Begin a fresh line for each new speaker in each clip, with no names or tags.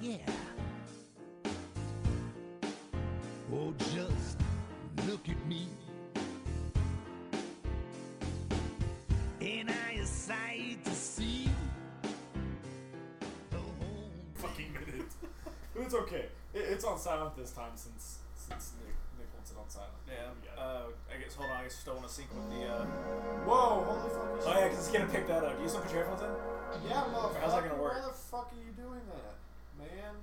yeah. Oh, just look at me. And I a sight to see. The whole
fucking minute. but it's okay. It, it's on silent this time since since Nick Nick wants it on silent.
Yeah.
We got it.
Uh, I guess hold on. I guess still want to sync with the. Uh...
Whoa! Holy fucking
Oh yeah, because it's gonna pick that up. Do you still put your headphones in?
Yeah, motherfucker.
How's that gonna work?
Why the fuck are you doing that, man?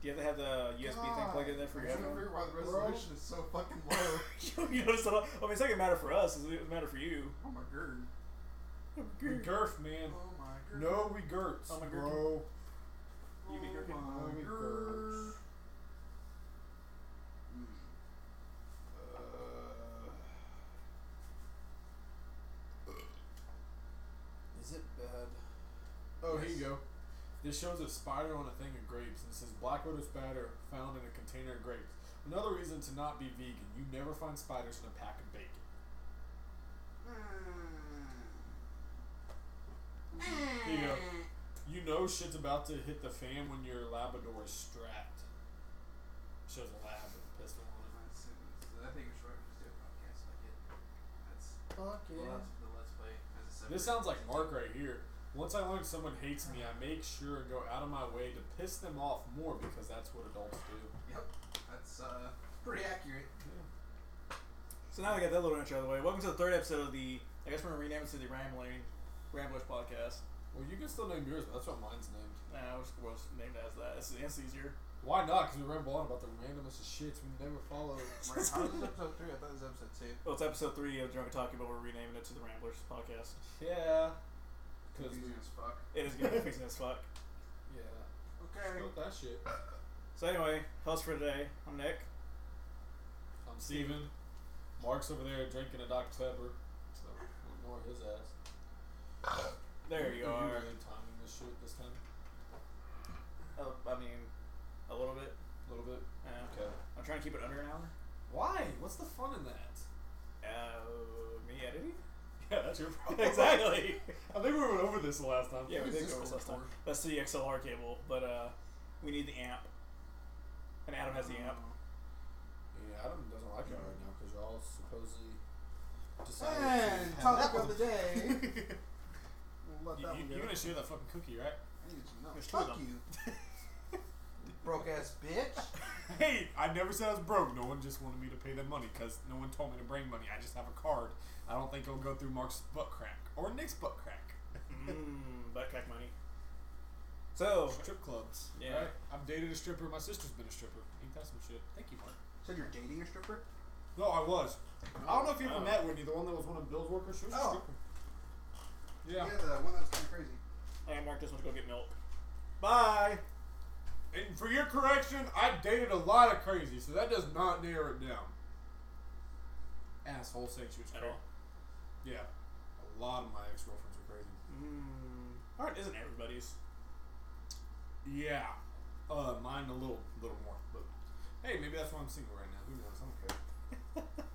Do you have to have the USB thing plugged in there for your
I'm trying
headphones?
to figure why the
Bro.
resolution is so fucking low.
you notice that? I mean, it's not gonna matter for us. It's gonna matter for you.
oh my god.
We girth, man.
Oh my god.
No, we girts,
I'm a gherkin.
bro.
You be
Oh
gherkin.
I'm
my
a
god.
Is it bad? Oh, here you go. This shows a spider on a thing of grapes, and it says black widow spider found in a container of grapes. Another reason to not be vegan: you never find spiders in a pack of bacon. Here you go. You know shit's about to hit the fan when your Labrador is strapped. Shows a lab with a pistol on
Alright, so- so I think we should just do a podcast like it. That's
it. Fuck
the let's, the let's play as a separate.
This sounds like Mark right here. Once I learn someone hates me, I make sure and go out of my way to piss them off more because that's what adults do.
Yep. That's uh, pretty accurate.
So now we got that little intro out of the way. Welcome to the third episode of the. I guess we're gonna rename it to the Rambling Ramblish Podcast.
Well, you can still name yours, but that's what mine's named.
Nah, I was, was named as that. It's, it's easier.
Why not? Because we ramble on about the randomest of shits we never follow.
Right, how is this episode three? I thought this was episode two.
Well, it's episode three of Drunk Talking, but we're renaming it to the Ramblers Podcast.
yeah. Because,
Confusing as fuck.
It is gonna be fixing as fuck.
yeah.
Okay.
Fuck that shit.
So anyway, host for today, I'm Nick.
I'm Steven. Mark's over there drinking a Dr. Pepper. So, we'll ignore his ass.
There you are.
really timing this shit this time?
Uh, I mean, a little bit.
A little bit.
Uh,
Okay.
I'm trying to keep it under an hour.
Why? What's the fun in that?
Uh, me editing?
Yeah, that's your problem.
exactly.
I think we went over this the last time.
yeah, we
What
did
is
go over
this
this last time.
for?
That's the E XLR cable, but uh, we need the amp. And Adam has the amp.
Oh.
Yeah, Adam doesn't like it right now because y'all supposedly
Uh, And topic of the day. we'll let
You,
that
you,
one go.
you're gonna share that fucking cookie, right?
I need you to know.
There's two of
Fuck
them.
you. Broke ass bitch.
Hey, I never said I was broke. No one just wanted me to pay them money because no one told me to bring money. I just have a card. I don't think it'll go through Mark's butt crack or Nick's butt crack.
Mmm, butt crack money. So,
Strip clubs.
Yeah.
right? I've dated a stripper. My sister's been a stripper. Ain't that some shit? Thank you, Mark.
So you're dating a stripper?
No, I was. I don't know if you ever
Oh.
met Whitney, the one that was one of Bill's workers. She was a
Oh.
stripper. Yeah.
Yeah, the one that was kind of crazy.
I marked this one to go get milk.
Bye. And for your correction, I dated a lot of crazy, so that does not narrow it down. Asshole saying she was
At
crazy.
all.
Yeah. A lot of my ex girlfriends were crazy.
Mmm. Alright, isn't everybody's?
Yeah. Uh, mine a little little more, but hey, maybe that's why I'm single right now. Who knows? I don't care.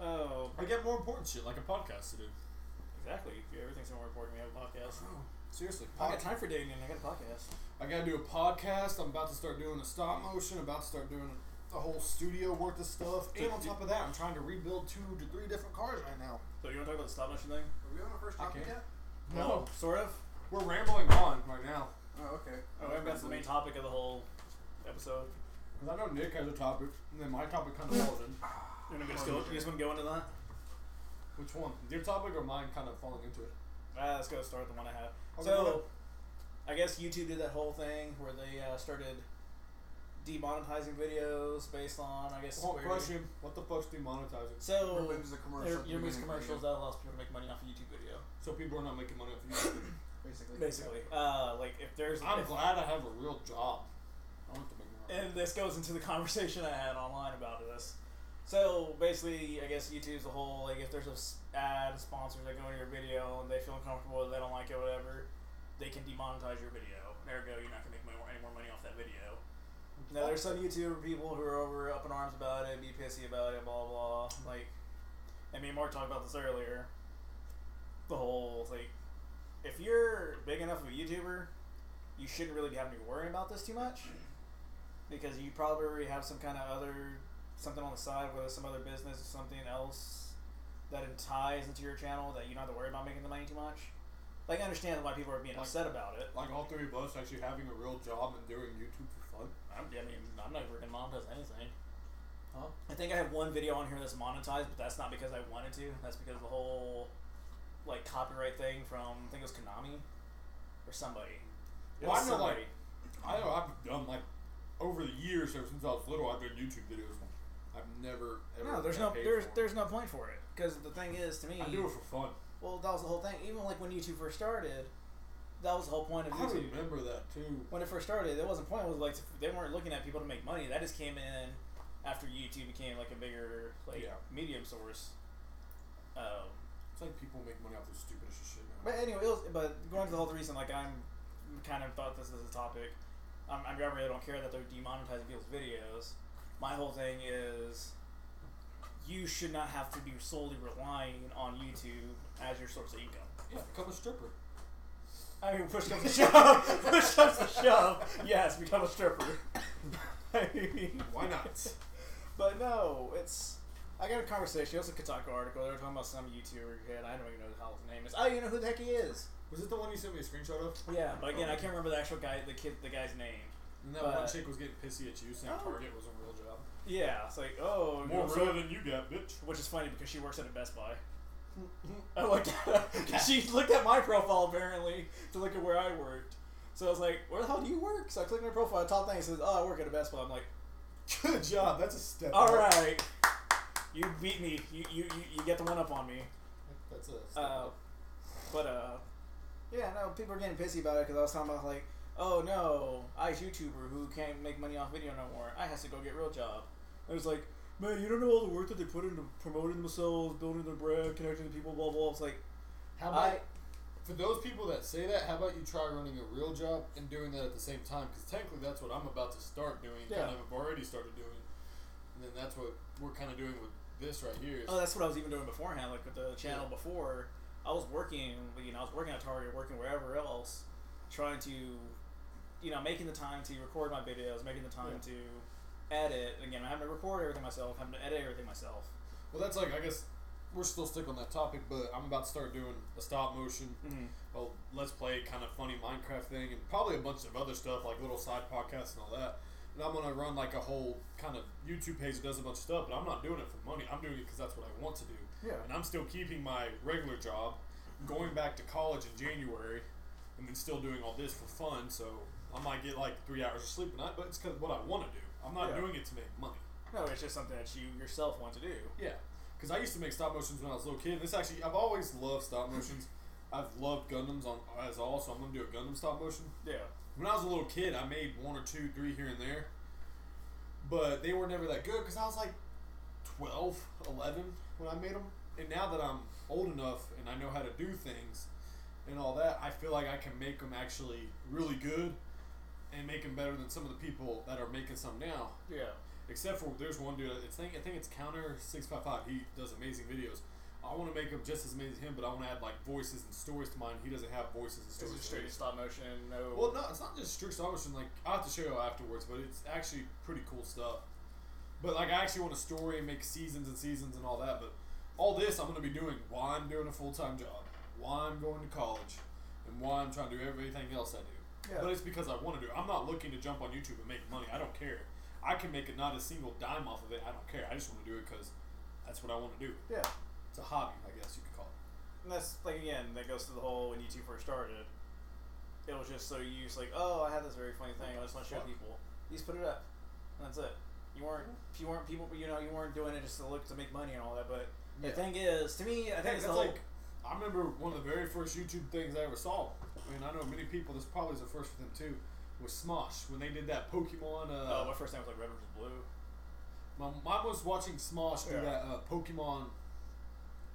Oh,
I get more important shit like a podcast to do.
exactly. If everything's more important, we have a podcast.
Seriously,
I got time for dating, and I got a podcast.
I gotta do a podcast. I'm about to start doing a stop motion. About to start doing a whole studio worth of stuff. And on top of that, I'm trying to rebuild two to three different cars right now.
So you want to talk about the stop motion thing? Oh,
Are we on the first
I
topic
can't.
yet?
No.
sort of.
We're rambling on right now.
Oh, okay.
Oh, I think that's the main topic of the whole episode.
Because I know Nick has a topic, and then my topic kind of falls in.
You wanna go- just go- you just want to go into that?
Which one? Your topic or mine kind of falling into it?
Ah, let's go start with the one I have.
Okay, go
so, I
ahead.
guess YouTube did that whole thing where they uh, started demonetizing videos based on, I guess,
Well,
where-
question. What the fuck's demonetizing?
So,
Or it was a commercial
there- Your
for
music
music
commercials that
video.
allows people to make money off a YouTube video.
So people are not making money off YouTube.
Basically.
Basically, uh, like if there's,
I'm
if-
glad I have a real job. I want to make money.
and this goes into the conversation I had online about this. So basically, I guess YouTube's the whole like if there's a s- ad sponsors that go into your video and they feel uncomfortable, they don't like it, whatever, they can demonetize your video. Ergo, you're not gonna make more, any more money off that video. Now there's some YouTuber people who are over up in arms about it, be pissy about it, blah blah. Like, and me and Mark talked about this earlier. The whole like, if you're big enough of a YouTuber, you shouldn't really be having to worry about this too much because you probably already have some kind of other something on the side, whether it's some other business or something else that it ties into your channel that you don't have to worry about making the money too much. Like I understand why people are being
Like-
upset about it.
Like all three of us actually having a real job and doing YouTube for fun.
I'm, I mean, I'm not freaking monetized anything.
Huh?
I think I have one video on here that's monetized, but that's not because I wanted to. That's because the whole like copyright thing from I think it was Konami or somebody. It
Well,
was
I know, like,
somebody.
I know I've done like over the years, ever since I was little, I've done YouTube videos. I've never ever.
no, there's
got
no
paid
there's
for 'em.
there's no point for it because the thing is to me.
I do it for fun.
Well, that was the whole thing. Even like when YouTube first started, that was the whole point of
I
YouTube.
remember that too.
When it first started, there wasn't a point. It was like they weren't looking at people to make money. That just came in after YouTube became like a bigger like
Yeah.
medium source. Um,
It's like people make money off the stupidest shit now.
but anyway, it was, but going to the whole reason, like I'm kind of thought this is a topic. Um, I really don't care that they're demonetizing people's videos. My whole thing is you should not have to be solely relying on YouTube as your source of income.
yeah, become a stripper.
I mean, push comes to shove. push comes to shove. Yes, become a stripper. I mean,
Why not?
but no, it's. I got a conversation. It was a Kotaku article. They were talking about some YouTuber kid. I don't even know the hell his name is. I don't even know who the heck he is.
Was it the one you sent me a screenshot of?
Yeah, but
Oh.
again, I can't remember the actual guy, the kid, the guy's name.
And that
Uh,
one chick was getting pissy at you saying
oh.
Target was a real job.
Yeah, it's like oh, you know, so-
than you got, bitch.
which is funny because she works at a Best Buy. I looked at, she looked at my profile apparently to look at where I worked. So I was like, "Where the hell do you work?" So I clicked my profile. Top thing it says, "Oh, I work at a Best Buy." I'm like,
Good job. That's a step.
All
up.
right, you beat me. You you, you, you get the one up on me.
That's a. step
Uh,
up.
but uh, yeah, no, people are getting pissy about it because I was talking about like, oh no, I YouTuber who can't make money off video no more. I has to go get real job. I was like, man, you don't know all the work that they put into promoting themselves, building their brand, connecting to people, blah blah. It's like,
How about
I
For those people that say that, how about you try running a real job and doing that at the same time? Because technically, that's what I'm about to start doing. and
Yeah.
Kind of have already started doing, and then that's what we're kind of doing with this right here. Is
Oh, that's what I was even doing beforehand, like with the channel before. I was working, you know, I was working at Target, working wherever else, trying to, you know, making the time to record my videos, making the time to edit. Again, having to record everything myself, having to edit everything myself.
well, that's like I guess we're still stuck on that topic, but I'm about to start doing a stop motion,
Mm-hmm.
well, let's play kind of funny Minecraft thing, and probably a bunch of other stuff like little side podcasts and all that. And I'm gonna run like a whole kind of YouTube page that does a bunch of stuff, but I'm not doing it for money. I'm doing it because that's what I want to do.
Yeah.
and I'm still keeping my regular job, going back to college in January, and then still doing all this for fun. So I might get like three hours of sleep a night, but it's because what I want to do. I'm not
Yeah.
doing it to make money.
No, it's just something that you yourself want to do.
Yeah, because I used to make stop motions when I was a little kid. And this actually, I've always loved stop motions. I've loved Gundams on as all, so I'm gonna do a Gundam stop motion.
Yeah.
When I was a little kid, I made one or two, three here and there, but they were never that good because I was like 12, 11 when I made them. And now that I'm old enough and I know how to do things and all that, I feel like I can make them actually really good and make them better than some of the people that are making some now.
Yeah.
Except for there's one dude. It's think I think it's Counter Six Five Five. He does amazing videos. I want to make him just as amazing as him, but I want to add like voices and stories to mine. He doesn't have voices and
It's
stories.
just
to
straight
his.
stop motion. No.
Well, no, it's not just strict Star Wars. and, Like I'll have to show you afterwards, but it's actually pretty cool stuff. But like I actually want a story and make seasons and seasons and all that. But all this I'm gonna be doing while I'm doing a full time job, while I'm going to college, and while I'm trying to do everything else I do.
Yeah.
But it's because I want to do. it. I'm not looking to jump on YouTube and make money. I don't care. I can make not a single dime off of it. I don't care. I just want to do it because that's what I want to do.
yeah.
It's a hobby, I guess you could call it.
And that's like again, that goes to the whole when YouTube first started. It was just so you just like, oh, I had this very funny thing. I just want to show
Fuck.
people. You just put it up, and that's it. You weren't, you weren't people, you know, you weren't doing it just to look to make money and all that. But the thing is, to me, I think
Hey,
it's
that's
the whole-
like I remember one of the very first YouTube things I ever saw. I mean, I know many people. This probably is the first for them too. Was Smosh when they did that Pokemon?
oh,
Uh,
my first name was like Red versus Blue.
my mom was watching Smosh do
Yeah.
that uh, Pokemon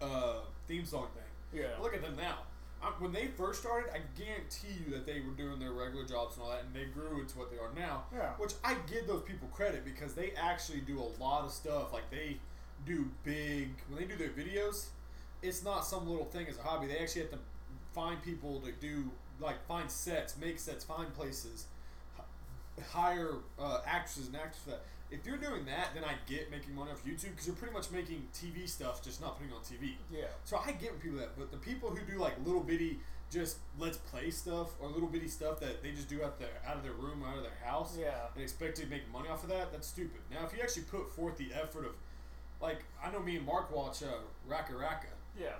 uh, theme song thing.
Yeah.
Look at them now. I, when they first started, I guarantee you that they were doing their regular jobs and all that, and they grew into what they are now.
Yeah.
Which I give those people credit because they actually do a lot of stuff. Like they do big when they do their videos. It's not some little thing as a hobby. They actually have to find people to do like find sets, make sets, find places, h- hire uh, actresses and actors for that. If you're doing that, then I get making money off YouTube because you're pretty much making TV stuff, just not putting it on TV.
Yeah.
So I get people that, but the people who do like little bitty, just let's play stuff or little bitty stuff that they just do out their out of their room, out of their house,
Yeah.
and expect to make money off of that, that's stupid. Now, if you actually put forth the effort of, like, I know me and Mark watch uh, Raka Raka.
Yeah.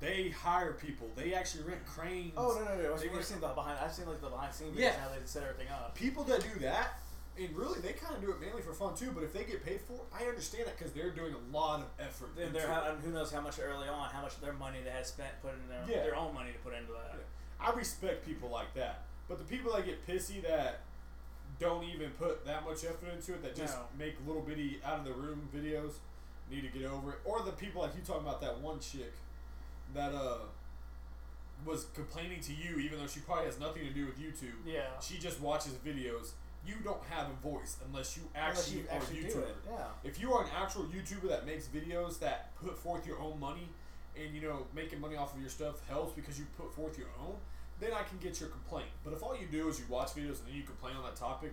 They hire people. They actually rent cranes.
Oh no no no!
They
I've
were-
seen the behind. I've seen like the behind scenes.
Yeah.
Yeah. How they set everything up.
People that do that, and really, they kind of do it mainly for fun too. But if they get paid for, it, I understand that because they're doing a lot of effort.
Then
into
they're
it.
how, and who knows how much early on, how much of their money they had spent putting their
Yeah.
their own money to put into that.
I respect people like that, but the people that get pissy that don't even put that much effort into it, that just
No.
make little bitty out of the room videos, need to get over it. Or the people like you talking about that one chick that uh was complaining to you, even though she probably has nothing to do with YouTube.
Yeah.
She just watches videos. You don't have a voice unless you
Unless
actually
you
are
actually
a YouTuber.
do it. Yeah.
If you are an actual YouTuber that makes videos that put forth your own money and you know making money off of your stuff helps because you put forth your own, then I can get your complaint. But if all you do is you watch videos and then you complain on that topic,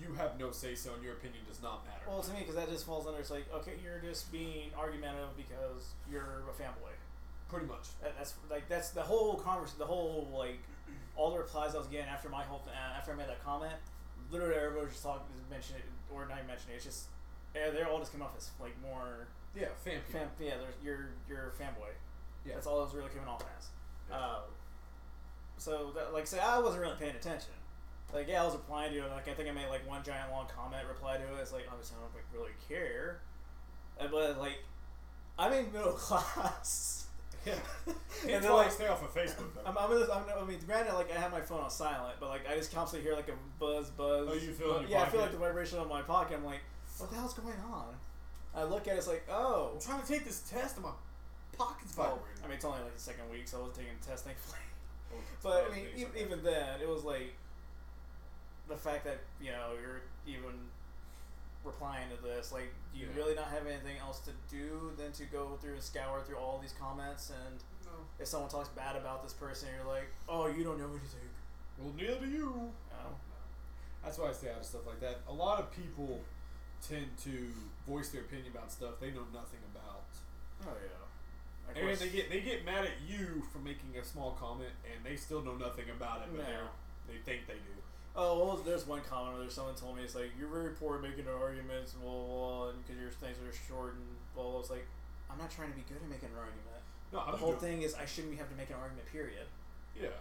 you have no say so and your opinion does not matter.
Well, to me, because that just falls under it's like okay, you're just being argumentative because you're a fanboy.
Pretty much.
That, that's like that's the whole convers the whole like all the replies I was getting after my whole th- after I made that comment. Literally, everybody was just talking, just mentioning it, or not even mentioning it. It's just yeah, they're all just coming off as like more
Yeah, fan people.
fan. Yeah, they're, you're you're a fanboy.
Yeah.
That's all it was really coming off as.
Yeah.
Uh, so, that, like, say I wasn't really paying attention. Like, yeah, I was replying to it. Like, I think I made like one giant long comment reply to it. It's like obviously I don't like really care, Uh, but like, I'm in middle class.
Yeah.
and
That's
then
why I
like,
stay off of Facebook though.
I'm, I'm, in this, I'm, I mean, granted, like I have my phone on silent, but like I just constantly hear like a buzz, buzz.
Oh, you feel it in
buzz.
your
Yeah, I feel like
pocket.
the vibration on my pocket. I'm like, what the hell's going on? I look at it, it's like, oh.
I'm trying to take this test and my pockets
Well,
vibrating.
I mean, it's only like the second week, so I was taking a test, thankfully.
Well, it's
But I
probably
mean, e-
something.
even then, it was like the fact that you know you're even replying to this. Like, do you
Yeah.
really not have anything else to do than to go through and scour through all these comments? And
No.
if someone talks bad about this person, you're like, oh, you don't know anything.
Well, neither do you.
Oh.
That's why I stay out of stuff like that. A lot of people tend to voice their opinion about stuff they know nothing about.
Oh yeah. Of
And
course.
they get they get mad at you for making a small comment and they still know nothing about it, but
No.
they they think they do.
Oh, well, there's one comment where someone told me it's like you're very poor at making arguments, blah blah, blah and because your things are short and blah blah. It's like I'm not trying to be good at making an argument.
No, I'm
the whole
doing-
thing is I shouldn't have to make an argument. Period.
Yeah.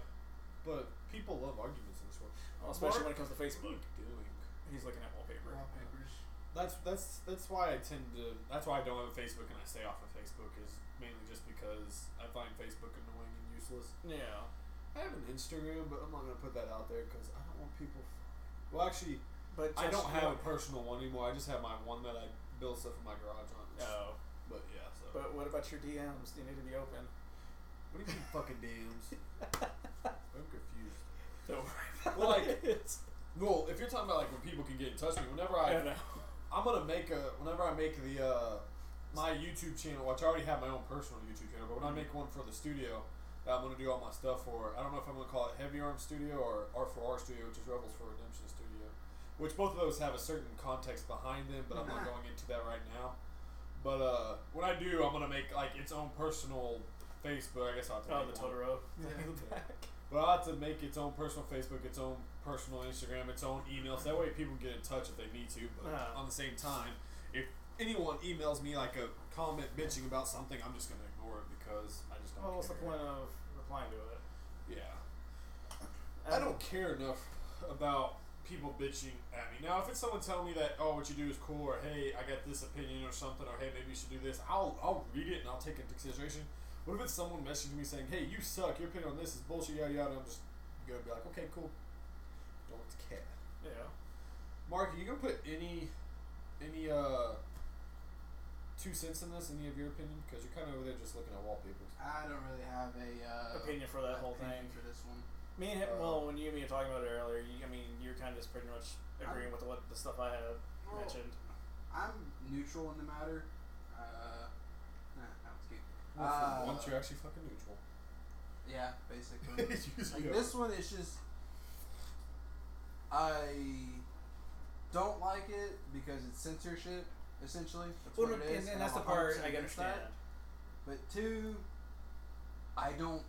But people love arguments in this world.
Well, especially
Mark-
when it comes to
What are
Facebook.
you doing?
He's looking at wallpaper.
Wallpapers.
That's that's that's why I tend to that's why I don't have a Facebook and I stay off of Facebook is mainly just because I find Facebook annoying and useless.
Yeah.
I have an Instagram, but I'm not gonna put that out there because I don't want people. Well, actually,
But
I
just-
don't have a personal one anymore. I just have my one that I build stuff in my garage on.
No.
But yeah, so.
But what about your DMs? They need to be open.
what do you mean, fucking DMs? I'm confused.
Don't worry about
Well, like-
it.
Well, if you're talking about like when people can get in touch with me, whenever
I
I,
don't know.
I'm gonna make a whenever I make the uh, my YouTube channel, which I already have my own personal YouTube channel, but when I
Mm-hmm.
make one for the studio that I'm gonna do all my stuff for, I don't know if I'm gonna call it Heavy Arm Studio or R for R Studio, which is Rebels for Redemption Studio, which both of those have a certain context behind them, but I'm not
Mm-hmm.
going into that right now. But uh, when I do, I'm gonna make like its own personal Facebook. I guess I'll have to
Oh,
make
the
one.
Totoro.
Yeah.
In the back.
But I'll have to make its own personal Facebook, its own personal Instagram, its own email. So that way people can get in touch if they need to. But
Uh-huh.
on the same time, if anyone emails me like a comment bitching about something, I'm just going to ignore it because I just don't
Well, Oh, what's the
care.
point of replying to it? Um,
Yeah. I
Um,
don't care enough about people bitching at me. Now, if it's someone telling me that, oh, what you do is cool, or hey, I got this opinion or something, or hey, maybe you should do this, I'll, I'll read it and I'll take it into consideration. What if it's someone messaging me saying, hey, you suck, your opinion on this is bullshit, yada yada, I'm just going to be like, okay, cool. Don't care.
Yeah.
Mark, are you going to put any, any, uh, two cents in this, any of your opinion? Because you're kind of over there just looking at wallpapers.
I don't really have a uh,
Opinion for that whole
opinion
thing.
for this one.
Me and him,
Uh,
well, when you and me were talking about it earlier, you, I mean, you're kind of just pretty much agreeing with what the stuff I had
Well,
mentioned.
I'm neutral in the matter. Uh, nah, that was good.
Well, for
Uh,
once, you're actually fucking neutral.
Yeah, basically.
It's usually
like
a-
this one is just I don't like it because it's censorship, essentially. That's
Well,
what
and,
it is.
and that's the
I'm
part
100%
I can
against that.
understand.
But two, I don't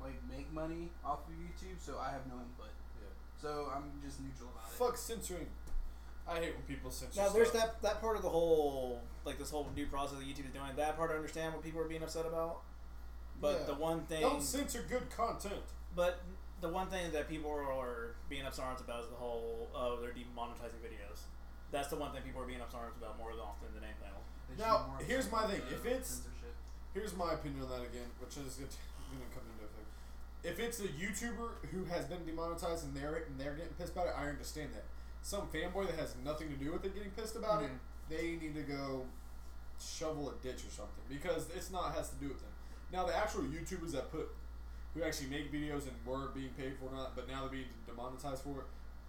like make money off of YouTube, so I have no input.
Yeah.
So I'm just neutral about it.
Fuck censoring. I hate when people censor.
Now, there's
stuff.
that that part of the whole like this whole new process that YouTube is doing. That part I understand what people are being upset about. But
Yeah.
the one thing,
Don't censor good content.
but the one thing that people are being upset about is the whole oh they're demonetizing videos. That's the one thing people are being upset about more often than anything else.
They should
Now,
be more
here's my
upset
thing.
about
If
the
it's-
censorship.
Here's my opinion on that again, which is it's gonna come into effect. If it's a YouTuber who has been demonetized and they're and they're getting pissed about it, I understand that. Some fanboy that has nothing to do with it getting pissed about it,
Mhm.
they need to go shovel a ditch or something because it's not has to do with them. Now the actual YouTubers that put who actually make videos and were being paid for it or not, but now they're being demonetized for it.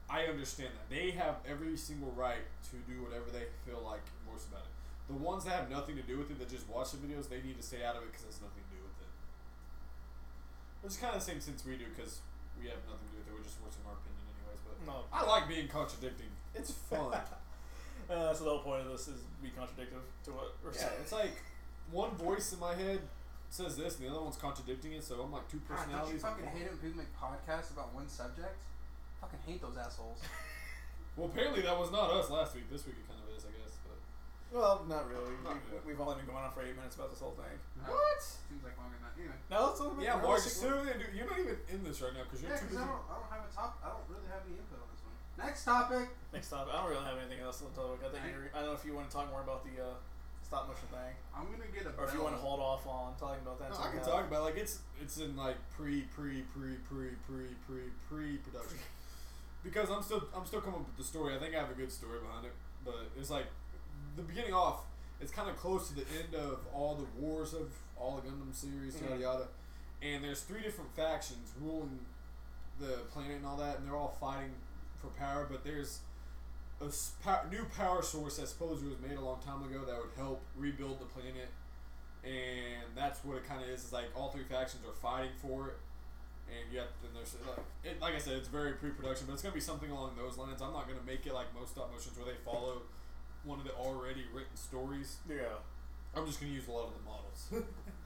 I understand that they have every single right to do whatever they feel like most about it. The ones that have nothing to do with it, that just watch the videos, they need to stay out of it because has nothing to do with it. Which is kind of the same sense we do because we have nothing to do with it. We're just voicing our opinion, anyways. But
No,
I like being contradicting. It's fun.
Uh, so the whole point of this is be contradictive to what we're
yeah,
saying.
it's like one voice in my head says this, and the other one's contradicting it. So I'm like two
God, Ah, don't
personalities.
you fucking hate it when people make podcasts about one subject? Fucking hate those assholes.
Well, apparently that was not us last week. This week it kind of is, I guess. But
Well, not really.
Not
We-
really.
We've only been going on for eight minutes about this whole thing.
What?
Uh, Seems like longer than that. Anyway.
No, it's only been
Yeah,
we're
Mark,
only-
so you- you're not even in this right now because you're
Yeah,
too
because
busy.
I don't, I don't have a top. I don't really have any input on this one. Next topic.
Next topic. I don't really have anything else on the topic. I think you're, I don't know if you want to talk more about the uh, stop motion thing,
I'm gonna get a.
or if you
bell.
want to hold off on talking about that.
No,
until
I
we
can
have-
talk about like it's it's in like pre pre pre pre pre pre pre production because I'm still I'm still coming up with the story. I think I have a good story behind it, but it's like the beginning off. It's kind of close to the end of all the wars of all the Gundam series, yada
Mhm.
yada. And there's three different factions ruling the planet and all that, and they're all fighting for power. But there's a s- pow- new power source that supposedly was made a long time ago that would help rebuild the planet and that's what it kind of is. Is like all three factions are fighting for it, and yet then there's like, it, like I said, it's very pre-production, but it's gonna be something along those lines. I'm not gonna make it like most stop motions where they follow one of the already written stories.
Yeah.
I'm just gonna use a lot of the models.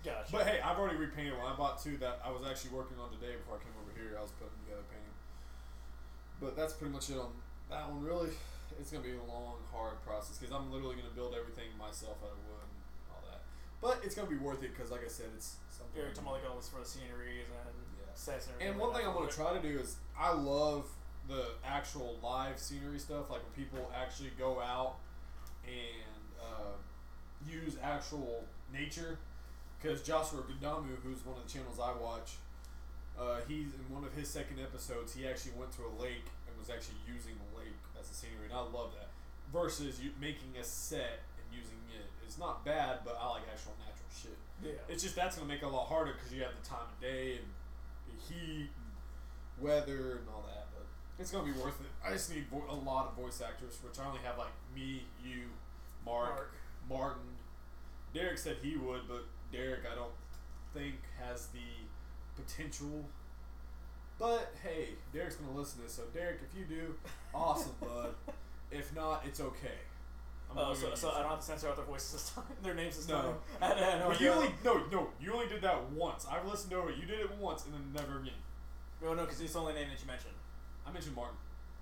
Gotcha.
but hey, I've already repainted one. I bought two that I was actually working on today before I came over here. I was putting together painting. But that's pretty much it on that one. Really, it's gonna be a long, hard process because I'm literally gonna build everything myself out of wood and all that. But it's gonna be worth it because, like I said, it's something.
You're talking about like all this for the sceneries and
Yeah.
sets and everything.
And one
like
thing I'm
that.
gonna try to do is I love the actual live scenery stuff, like when people actually go out and uh, use actual nature. Because Joshua Gudamu, who's one of the channels I watch, uh, he's in one of his second episodes. He actually went to a lake and was actually using the lake as a scenery, and I love that. Versus you making a set and using it, it's not bad, but I like actual natural shit.
Yeah.
It's just that's gonna make it a lot harder because you have the time of day and the heat, and weather, and all that. But it's gonna be worth it. I just need vo- a lot of voice actors, which I only have like me, you, Mark,
Mark.
Martin. Derek said he would, but Derek I don't think has the potential. But hey, Derek's gonna listen to this, so Derek, if you do, awesome, bud. If not, it's okay. I'm
Oh,
only
so,
gonna
so
use
I
it.
don't have to censor out their voices this time, their names this
No.
time. I had- I had no
But you
idea.
only no no you only did that once. I've listened over it. You did it once and then never again.
Oh, No, no, because it's the only name that you mentioned.
I mentioned Martin.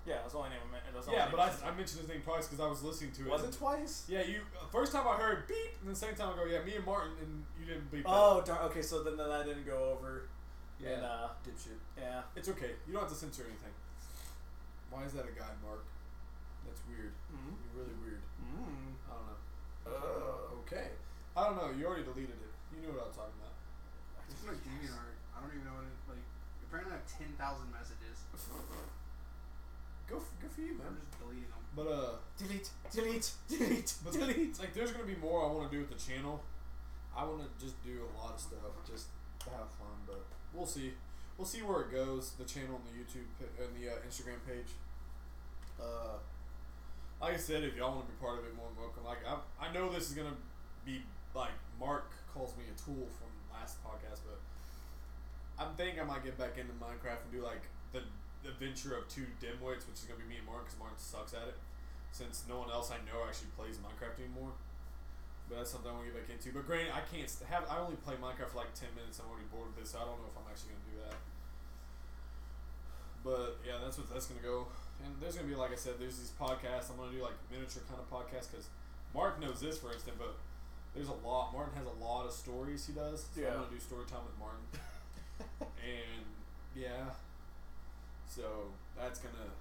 Yeah, that's the only name I mentioned.
yeah, but I, I mentioned his name twice because I was listening to it.
was it twice?
Yeah, you uh, first time I heard beep and the second time I go yeah me and Martin and you didn't beep.
Oh, darn. Okay, so then that didn't go over.
that. yeah,
And, uh,
dipshit.
yeah.
It's okay. You don't have to censor anything. Why is that a guy, Mark? That's weird.
Mm.
You're really weird.
Mm.
I don't know. Mm-hmm. Uh, okay. I don't know. You already deleted it. You knew what I was talking about.
It's like DeviantArt. I don't even know what it like. Apparently, I have ten thousand messages.
Go f- good for you,
I'm
man.
just deleting them.
But uh.
Delete, delete, delete,
But the-
delete.
like, there's gonna be more I want to do with the channel. I want to just do a lot of stuff, just to have fun. But we'll see. We'll see where it goes. The channel and the YouTube pa- and the uh, Instagram page. Uh, like I said, if y'all want to be part of it, more than welcome. Like I, I know this is gonna be like Mark calls me a tool from last podcast, but I'm think I might get back into Minecraft and do like the the adventure of two dimwits, which is gonna be me and Martin, because Martin sucks at it. Since no one else I know actually plays Minecraft anymore, but that's something I want to get back into. But granted, I can't st- have. I only play Minecraft for like ten minutes. I'm already bored with this. So I don't know if I'm actually gonna do that. But yeah, that's what that's gonna go. And there's gonna be like I said, there's these podcasts. I'm gonna do like miniature kind of podcasts because Mark knows this for instance, but there's a lot. Martin has a lot of stories he does. So
Yeah.
I'm gonna do story time with Martin. and yeah, so that's gonna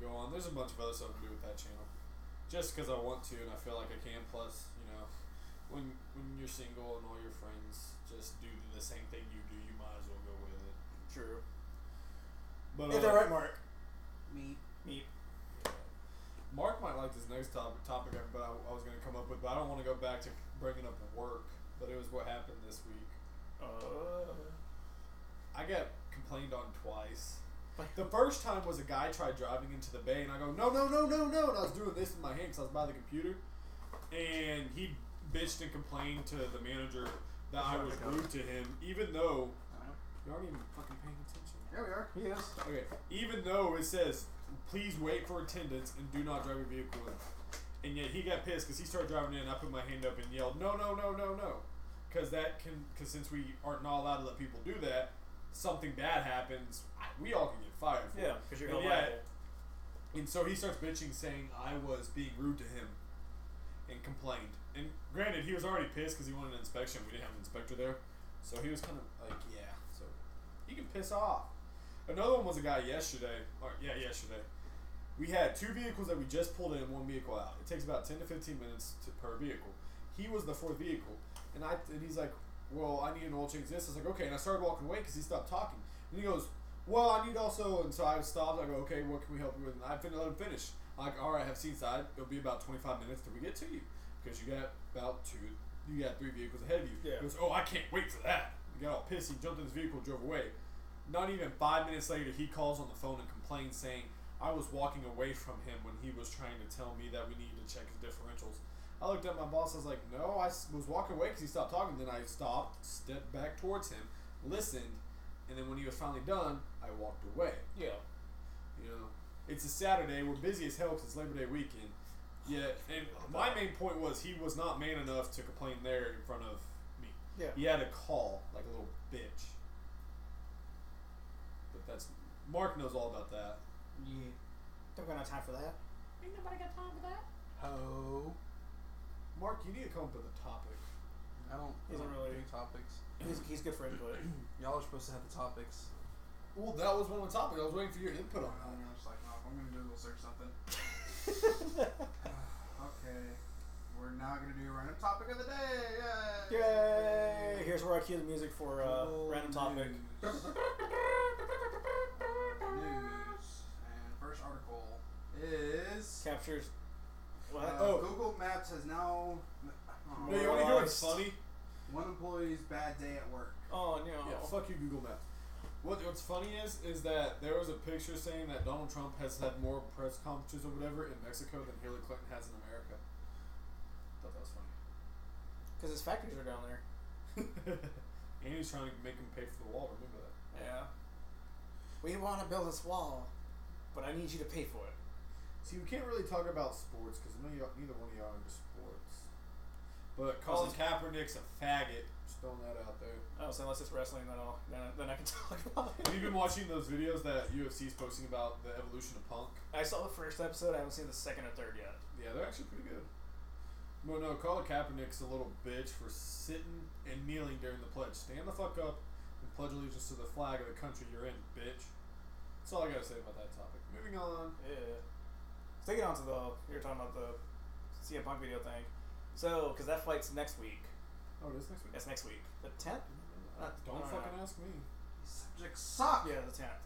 go on. There's a bunch of other stuff to do with that channel, just because I want to and I feel like I can. Plus, you know, when when you're single and all your friends just do the same thing you do, you might as well go with it.
True.
But
Is that
uh,
right, Mark?
Me.
Me.
Mark might like this next topic, topic I- but I, I was going to come up with, but I don't want to go back to bringing up work. But it was what happened this week.
Uh,
I got complained on twice. The first time was a guy tried driving into the bay, and I go, no, no, no, no, no. And I was doing this with my hand because I was by the computer. And he bitched and complained to the manager that I was rude to him, even though you aren't even fucking paying attention.
There we are.
yes.
Okay. Even though it says, please wait for attendance and do not drive your vehicle in. And yet he got pissed because he started driving in. I put my hand up and yelled, no, no, no, no, no. Because that can, because since we aren't not allowed to let people do that, something bad happens, I- we all can get fired. For it.
Yeah, because you're
And
going
yeah,
liable.
And so he starts bitching, saying I was being rude to him, and complained. And granted, he was already pissed because he wanted an inspection. We didn't have an inspector there, so he was kind of like, yeah. So you can piss off. Another one was a guy yesterday. Or yeah, yesterday. We had two vehicles that we just pulled in, and one vehicle out. It takes about ten to fifteen minutes to, per vehicle. He was the fourth vehicle, and I and he's like, "Well, I need an oil change." This I was like, "Okay," and I started walking away because he stopped talking. And he goes, "Well, I need also," and so I stopped. I go, "Okay, what can we help you with?" And I fin- let him finish. I'm like, "All right, I have seen side. It'll be about twenty five minutes till we get to you because you got about two, you got three vehicles ahead of you."
Yeah.
He goes, "Oh, I can't wait for that." He got all pissed. He jumped in his vehicle, drove away. Not even five minutes later, he calls on the phone and complains, saying, I was walking away from him when he was trying to tell me that we needed to check his differentials. I looked at my boss, I was like, No, I s- was walking away because he stopped talking. Then I stopped, stepped back towards him, listened, and then when he was finally done, I walked away.
Yeah.
You know, it's a Saturday. We're busy as hell 'cause it's Labor Day weekend. Yeah, and my main point was he was not man enough to complain there in front of me.
Yeah.
He had a call like a little bitch. But that's Mark knows all about that.
Yeah.
Don't got no time for that.
Ain't nobody got time for that.
Ho.
Mark, you need to come up with a topic.
I don't. I
Doesn't
don't
really-
do topics.
He's, he's good for input.
Y'all are supposed to have the topics.
Well, that was one of the topics. I was waiting for your input on
I'm just like, no, I'm gonna Google search something. okay, we're now gonna do random topic of the day.
Yay! Here's where I cue the music for uh,
Google
random topic.
News. News. And first article is
Captures. What?
uh,
Oh.
Google Maps has now
that.
oh,
No, you want to hear what's funny?
one employee's bad day at work.
Oh no.
Yeah, fuck you, Google Maps. What, what's funny is is that there was a picture saying that Donald Trump has had more press conferences or whatever in Mexico than Hillary Clinton has in America. Thought that was funny.
Because his factories are down there.
and he's trying to make him pay for the wall. Remember that?
Yeah. We want to build this wall, but I need you to pay for it.
See, we can't really talk about sports because neither one of y'all are into sports. But
Colin
Colin Kaepernick's a faggot. Just throwing that out there.
Oh, so unless it's wrestling, then I'll then, then I can talk about
Have you
it.
been watching those videos that UFC's posting about the evolution of punk?
I saw the first episode. I haven't seen the second or third yet.
Yeah, they're actually pretty good. But no, Colin Kaepernick's a little bitch for sitting and kneeling during the pledge. Stand the fuck up and pledge allegiance to the flag of the country you're in, bitch. That's all I gotta say about that topic. Moving on.
Yeah. Let's take it on to the. You're talking about the CM Punk video thing. So, because that fight's next week.
Oh, it is next week. Uh,
That's next week. The 10th?
Don't
Alright.
fucking ask me.
Subject suck.
Yeah, the 10th.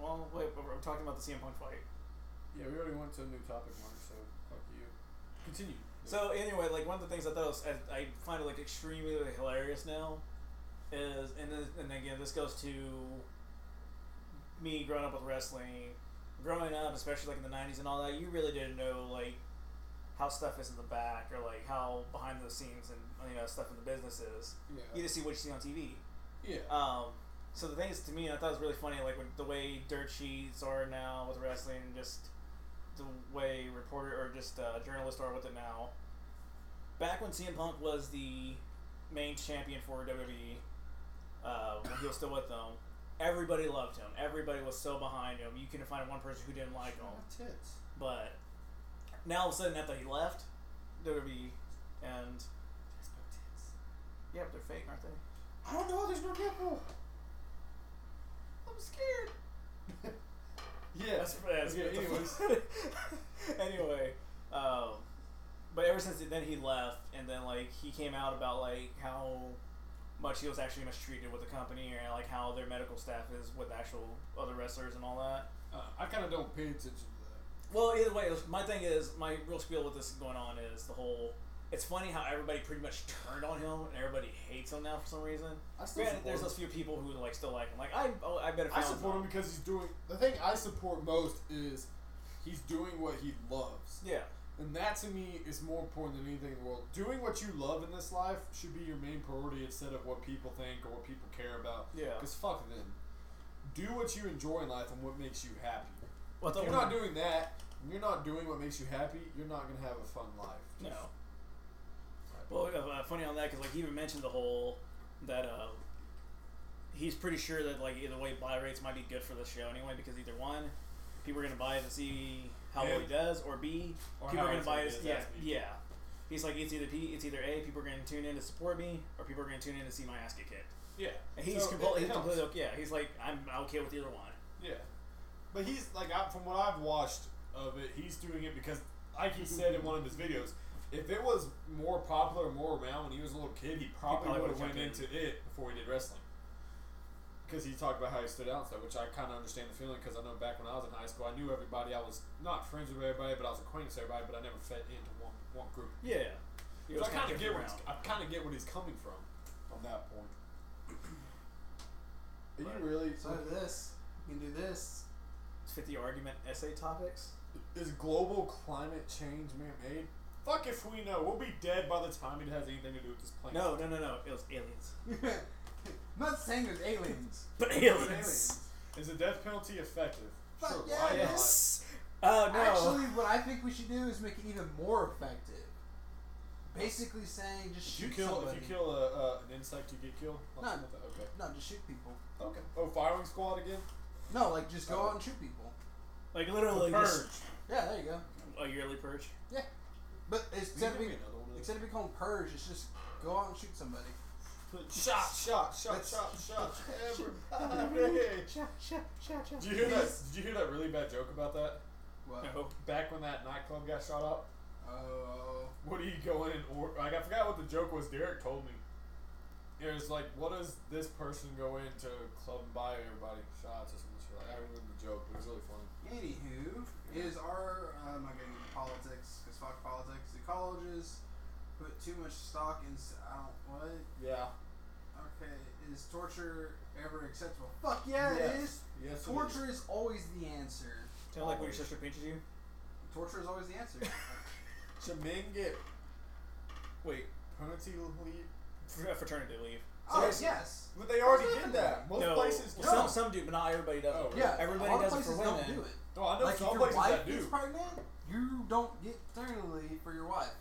Well, wait, but we're talking about the CM Punk fight.
Yeah, we already went to a new topic, Mark. So fuck you. Continue.
So anyway, like one of the things I thought was, I, I find it like extremely like, hilarious now is and then, and again this goes to me growing up with wrestling, growing up especially like in the '90s and all that. You really didn't know like how stuff is in the back or like how behind the scenes and you know stuff in the business is.
yeah.
You just see what you see on TV.
Yeah.
Um, so the thing is, to me, I thought it was really funny, like with the way dirt sheets are now with wrestling, and just the way reporter or just uh, journalists are with it now. Back when CM Punk was the main champion for WWE, uh, when he was still with them, everybody loved him. Everybody was so behind him. You couldn't find one person who didn't like him.
Oh, tits.
But now all of a sudden, after he left WWE, and
There's no tits.
yeah, but they're fake, aren't they?
I don't know. Oh, There's no nipple.
I'm scared.
Yeah.
That's, that's
yeah.
what the
Anyways.
fuck- anyway, um, but ever since then he left, and then like he came out about like how much he was actually mistreated with the company, or like how their medical staff is with actual other wrestlers and all that.
Uh, I kind of don't pay attention to
Well, either way, my thing is my real spiel with this going on is the whole. It's funny how everybody pretty much turned on him, and everybody hates him now for some reason.
that. I still
Granted,
support
there's
him.
those few people who like still like him. Like I, oh, I better.
I
found
support him because he's doing the thing I support most is he's doing what he loves.
Yeah.
And that to me is more important than anything in the world. Doing what you love in this life should be your main priority instead of what people think or what people care about.
Yeah.
Because fuck them. Do what you enjoy in life and what makes you happy.
Well, I
If
thought
you're
we-
not doing that, and you're not doing what makes you happy, you're not going to have a fun life.
No. Well, uh, funny on that because like he even mentioned the whole that uh, he's pretty sure that like either way buy rates might be good for the show anyway because either one, people are gonna buy it to see how well he
Yeah.
does, or B,
Or
people are
how
gonna
it's
buy
gonna
it.
be,
Yeah,
that's me.
yeah. He's like it's either P, it's either A, people are gonna tune in to support me, or people are gonna tune in to see my ass get kicked.
Yeah.
And he's
So,
completely,
it
he's
helps.
completely okay. Yeah, he's like I'm okay with either one.
Yeah, but he's like I, from what I've watched of it, he's doing it because, like he said in one of his videos, if it was more popular, more around when he was a little kid, he probably,
probably
would have
would've
went
jumped
into it before he did wrestling. Because he talked about how he stood out and stuff, which I kind of understand the feeling. Because I know back when I was in high school, I knew everybody. I was not friends with everybody, but I was acquainted with everybody. But I never fed into one one group.
Yeah. He
So
was
I kind of
different
get where he's,
around.
I kind of get what he's coming from on that point. Are
But-
you really?
So I have this. You can do this.
fifty argument essay topics.
Is global climate change man-made? Fuck if we know. We'll be dead by the time it has anything to do with this planet.
No, no, no, no. It was aliens.
I'm not saying there's aliens.
But
There's
aliens.
Is the death penalty effective?
Fuck
sure,
yeah,
why
it
not?
Yes.
is.
Oh no.
Actually, what I think we should do is make it even more effective. Basically saying just
If
shoot
you kill,
somebody.
if you kill a, uh, an insect, you get killed. I'll
No.
see what that- Okay.
No, just shoot people.
Okay. Oh, firing squad again.
No, like just
Oh.
go out and shoot people.
like literally
The
just
Purge.
Yeah, there you go.
a yearly purge.
Yeah. But
Can you
instead
give
of being
me another one of those?
instead of being called purge, it's just go out and shoot somebody.
Put Shot, shot, shot,
That's-
shot, shot. Everybody.
Shut, shut, shut, shut.
Did you hear that? Did you hear that really bad joke about that?
What?
No.
Back when that nightclub got shot up.
Oh.
What do you go in and order? Like, I forgot what the joke was. Derek told me. It was like, what does this person go in to club and buy everybody shots or something? shit Like, I remember the joke. It was really funny.
Anywho, is our uh, I'm not getting into politics because fuck politics. The colleges put too much stock in s- I don't what.
Yeah.
Okay, is torture ever acceptable? Fuck yeah, it is.
Yes. it is.
Torture is always the answer.
Kind of like when your
Always.
sister pinches you.
Torture is always the answer.
Should men get
Wait,
penalty leave?
fr- fraternity leave.
oh
Seriously?
yes.
But they already
What's
did that. Most
no,
places
well,
don't.
some some do, but not everybody does.
Oh,
it.
really?
Yeah,
everybody
a lot of
does it for
places don't
women.
do it.
no, I know
Like if
some
your
places
wife
that
is
do.
pregnant, you don't get paternity for your wife,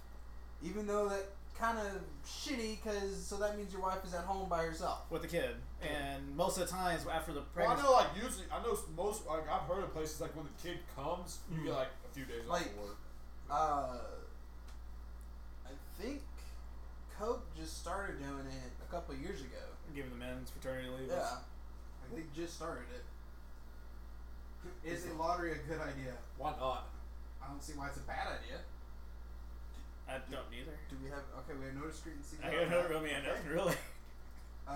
even though that kind of shitty because so that means your wife is at home by herself.
With the kid, and most of the times after the
Well, I
pregnancy,
know, like usually, I know s- most. Like I've heard of places like when the kid comes, you
Mm.
get like a few days off
Like-
of work.
Uh, I think Coke just started doing it a couple years ago.
giving the men's fraternity leave.
Yeah, like they just started it. Is a lottery a good idea?
Why not?
I don't see why it's a bad idea.
I don't either.
Do we have okay? We have no discrepancy.
I don't know, I mean, I don't really.
Uh,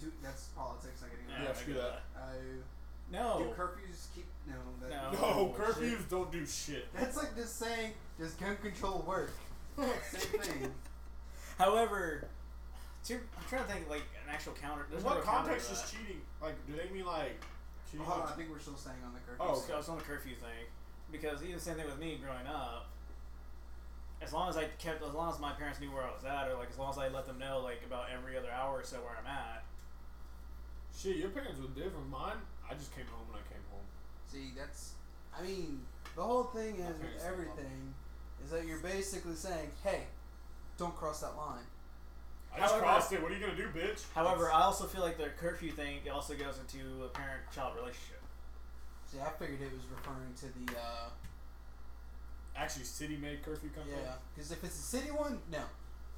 do that's politics. Not getting
Yeah,
I
screw
get
that.
Uh, Do
No.
curfews keep no? That,
Oh. No.
No,
Oh,
curfews
shit.
don't do shit.
That's like just saying, does gun control work? Same thing.
However, to, I'm trying to think like an actual counter.
In
There's no
what
real counter
context
to
is
that.
cheating? Like, do they mean like cheating?
Hold on, I think we're still staying on the curfew.
Oh,
So I was on the curfew thing because even the same thing with me growing up. As long as I kept, as long as my parents knew where I was at, or like as long as I let them know like about every other hour or so where I'm at,
Shit, your parents were different. Mine, I just came home when I came home.
See, that's. I mean, the whole thing
My
is
parents
with
didn't love
everything is that you're basically saying, hey, don't cross that line.
I just
However-
crossed it. What are you gonna do, bitch?
However, I also feel like the curfew thing also goes into a parent-child relationship.
See, I figured it was referring to the. Uh,
actually, city made curfew comes
yeah,
up.
because if it's a city one, no.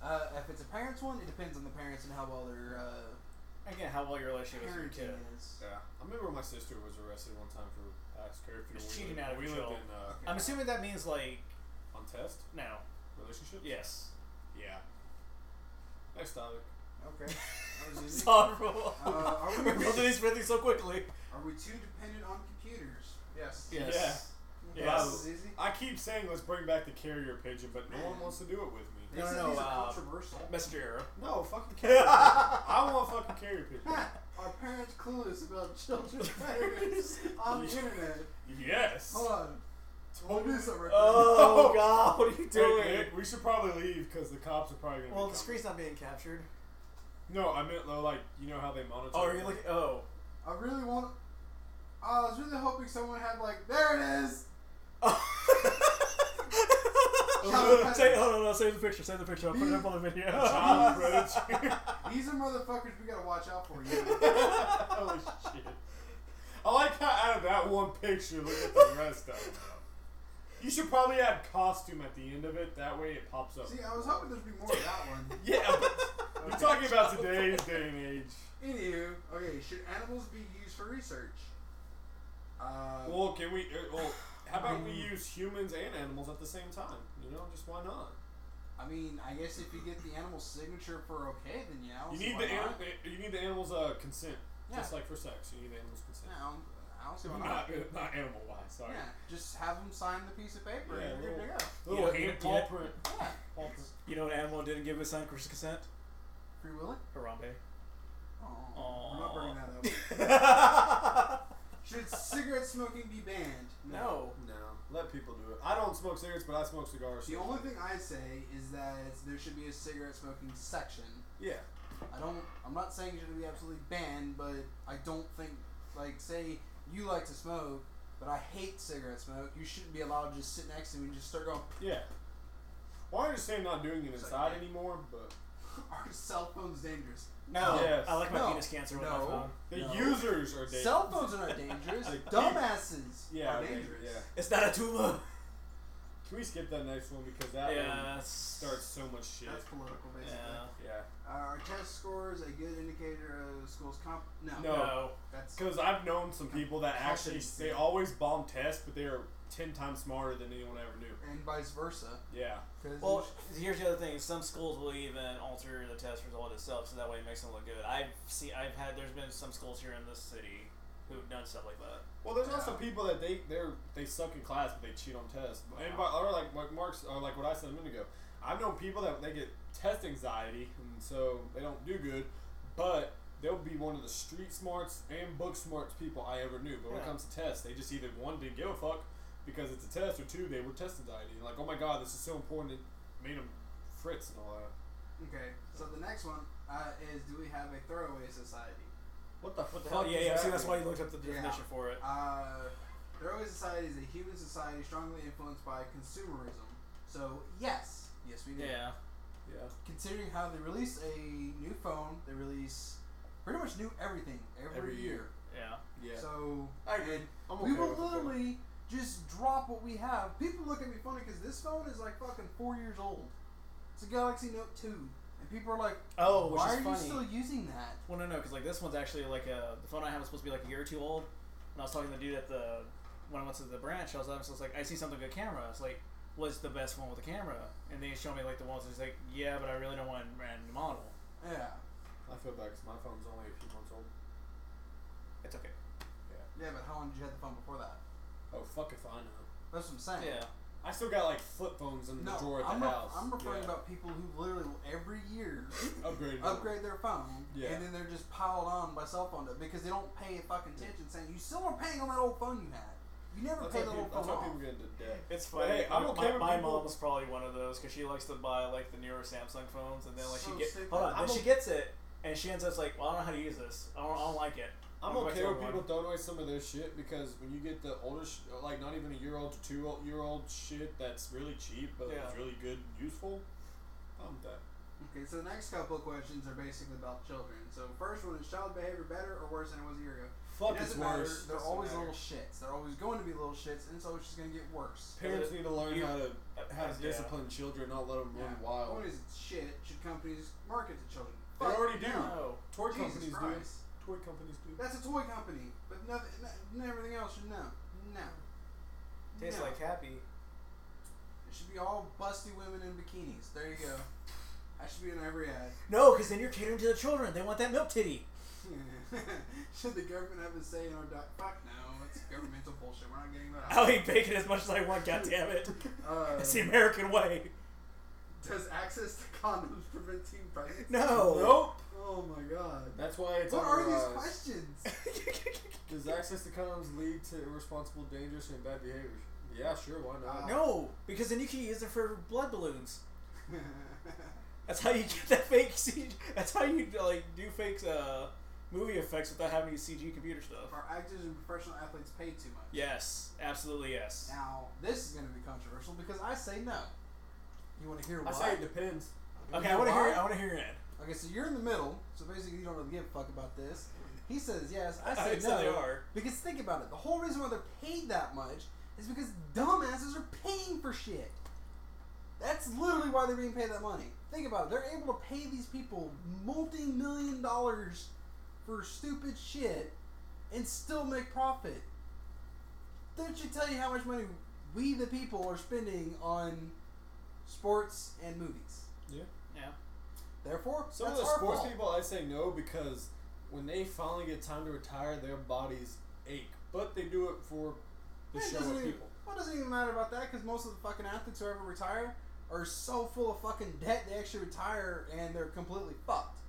Uh, if it's a parents one, it depends on the parents and how well their uh,
Again, how well your relationship is with your
parenting
kid.
is.
Yeah. I remember my sister was arrested one time for past curfew.
Just
We
cheating
lived-
out of
We
control.
lived in uh,
I'm assuming that means like
on test
no.
relationship.
Yes.
Yeah. Next topic.
Okay. That was easy.
Sorry, bro.
Uh, are we-
We're building these things so quickly.
Are we too dependent on computers? Yes.
Yes.
Okay,
Yes.
That was easy.
I keep saying let's bring back the carrier pigeon, but no one wants to do it with me.
These,
No,
are-
no,
these
uh,
are controversial.
Messenger arrow.
No, fucking carrier pigeon. I want fucking carrier pigeon.
Are parents clueless about children's parents on the internet?
Yes.
Hold on. We'll do some real
Oh God, what are you
Hey,
doing?
Nick, we should probably leave because the cops are probably gonna.
well,
be
the
coming.
screen's not being captured.
No, I meant though, like you know how they monitor.
Oh, are you looking? Oh,
quick. I really want. I was really hoping someone had like, there it is.
oh. Say, hold on, no, save the picture, save the picture. I'll put it up on the video.
Child predators.
These are motherfuckers we gotta watch out for. You.
Holy shit! I like how out of that one picture, look at the rest of them. You should probably add costume at the end of it. That way, it pops up.
See, I was hoping there'd be more of that one.
yeah, but
We're talking about today's day and age.
Anywho, okay, should animals be used for research? Uh,
Well, can we? er, Well, how about we use humans and animals at the same time? You know, just why not?
I mean, I guess if you get the animal signature for okay, then yeah. I don't
You
see
need
why
the
not.
anim- you need the animals' uh, consent, just
Yeah.
like for sex. You need the animals' consent.
Yeah, I don't, I don't see why not.
Not, uh, not animal wise. Sorry.
Yeah, just have them sign the piece of paper.
Yeah,
and you're good to
Little
You know-
hand
you
paw
know-
print.
go. Yeah.
Paw print.
you know, an animal didn't give his son Chris's consent.
Free Willy.
Harambe.
Oh.
Aww.
I'm not bringing that up.
that up.
should cigarette smoking be banned?
no.
No, let people do it. I don't smoke cigarettes, but I smoke cigars.
The
so-
only thing I say is that there should be a cigarette smoking section.
yeah,
I don't. I'm not saying it should be absolutely banned, but I don't think like say you like to smoke, but I hate cigarette smoke. You shouldn't be allowed to just sit next to me and just start going.
yeah. Well, I understand not doing it
It's like,
inside
yeah.
anymore, but
Are cell phones dangerous?
No.
Yes.
I like my
No.
penis cancer with my
No.
phone.
the
No.
users are dangerous.
Cell phones are not dangerous.
Like,
Dumbasses.
yeah,
are
they-
dangerous.
Yeah.
It's not a tuba.
Can we skip that next one because that one starts so much shit.
That's political,
Yeah.
basically.
Yeah.
Uh, are test scores a good indicator of school's comp? No.
No.
No.
That's
Because I've known some people that actually
Competency.
they always bomb tests, but they are ten times smarter than anyone ever knew.
And vice versa.
Yeah.
'cause
Well,
there's-
here's the other thing: some schools will even alter the test result itself, so that way it makes them look good. I've seen, I've had, there's been some schools here in this city who've done stuff like that.
Well, there's
Yeah.
also people that they they they suck in class, but they cheat on tests. And by, or like like Mark's or like what I said a minute ago, I've known people that they get test anxiety, and so they don't do good. But they'll be one of the street smarts and book smarts people I ever knew. But when it
Yeah.
comes to tests, they just either one didn't give a fuck because it's a test, or two they were test anxiety. And like, oh my god, this is so important, it made them fritz and all that.
okay. So the next one uh, is: Do we have a throwaway society?
What the what the
Oh
hell?
yeah,
does
yeah.
that
See, that's
mean?
why you looked up the
Yeah.
definition for it.
Uh, throwaway society is a human society strongly influenced by consumerism. So yes, yes we do.
Yeah.
Yeah.
considering how they release a new phone, they release pretty much new everything every,
Every year.
year.
Yeah.
Yeah.
So
I agree.
and
I'm
We
okay
will
with it, though.
literally just drop what we have.
people look at me funny because this phone is like fucking
Four years old. It's a Galaxy Note 2. And people are like,
Oh, which
why
is
are
funny.
you still using that?
Well, no, no, because like this one's actually like a the phone I have is supposed to be like a year or two old. And I was talking to the dude at the when I went to the branch, I was, I was like, I see something with a camera. It's like, what's the best one with a camera? And they showed me like the ones that's like, yeah, but I really don't want a brand new model.
Yeah.
I feel bad 'cause my phone's only a few months old.
It's okay.
Yeah, but how long did you have the phone before that?
Oh fuck if I know.
That's what I'm saying.
Yeah.
I still got like flip phones in the
No,
drawer at
I'm,
the
re-
house.
I'm referring
yeah.
about people who literally will every year
upgrading.
upgrade their phone,
Yeah.
and then they're just piled on by cell phone debt because they don't pay fucking attention, saying you still are paying on that old phone you had. You never
That's
pay
how
that
people,
old
that's
phone
how
off.
people get into debt.
It's
But
funny.
hey, I'm
My-
okay with
my, my
people-
mom was probably one of those because she likes to buy like the newer Samsung phones, and then like
So
she gets
stupid.
hold on,
I'm
then
o-
she gets it, and she ends up like, well, I don't know how to use this. I don't, I don't like it.
I'm
Go back
okay
to
with
one.
people throwing away some of their shit because when you get the older, sh- like not even a year old to two old, year old shit that's really cheap but
Yeah.
it's really good and useful, I'm with that.
Okay, so the next couple of questions are basically about children. So first one is child behavior better or worse than it was a year ago?
Fuck,
It doesn't
it's
matter.
worse.
Doesn't
They're always
matter.
little shits. They're always going to be little shits, and it's always just going to get worse.
Parents
You-
need to learn
you-
how to how to
Yeah.
discipline children, not let them run
Yeah.
wild.
Point is, it's shit. Should companies market to children?
They
Fuck
already do.
no.
No.
Toy
Jesus
companies
Christ.
do. Toy companies do.
That's a toy company, but nothing, no, everything else should no, no.
Tastes
no.
like happy.
It should be all busty women in bikinis. There you go. That should be in every ad.
No, because then you're catering to the children. They want that milk titty.
should the government have a say in our diet? Fuck no, it's governmental bullshit. We're not getting
I'll
that.
eat bacon as much as I want. God damn it!
Uh,
It's the American way.
does access to condoms prevent teen pregnancy?
No.
Nope.
Oh my god.
That's why it's.
What are these
unrealized.
questions?
Does access to condoms lead to irresponsible, dangerous, and bad behaviors? Yeah, sure. Why not?
Uh,
no, because then you can use it for blood balloons. That's how you get that fake CG. That's how you like do fake uh, movie effects without having to use CG computer stuff.
are actors and professional athletes paid too much?
Yes, absolutely yes.
Now this is going to be controversial because I say no.
You want to hear
I
why?
say it depends.
Okay,
You
I want to
know
hear.
why?
I want to hear your end.
Okay, so you're in the middle, so basically you don't really give a fuck about this. He says yes, I say
I'd say
no.
they are.
Because think about it, the whole reason why they're paid that much is because dumbasses are paying for shit. That's literally why they're being paid that money. Think about it, they're able to pay these people multi million dollars for stupid shit and still make profit. Don't you tell you how much money we the people are spending on sports and movies.
Yeah.
Therefore,
Some
that's
of the
our
sports
fault.
people, I say no because when they finally get time to retire, their bodies ache. But they do it for the
It
show
doesn't
of
even,
people.
well, it doesn't even matter about that because most of the fucking athletes who ever retire are so full of fucking debt they actually retire and they're completely fucked.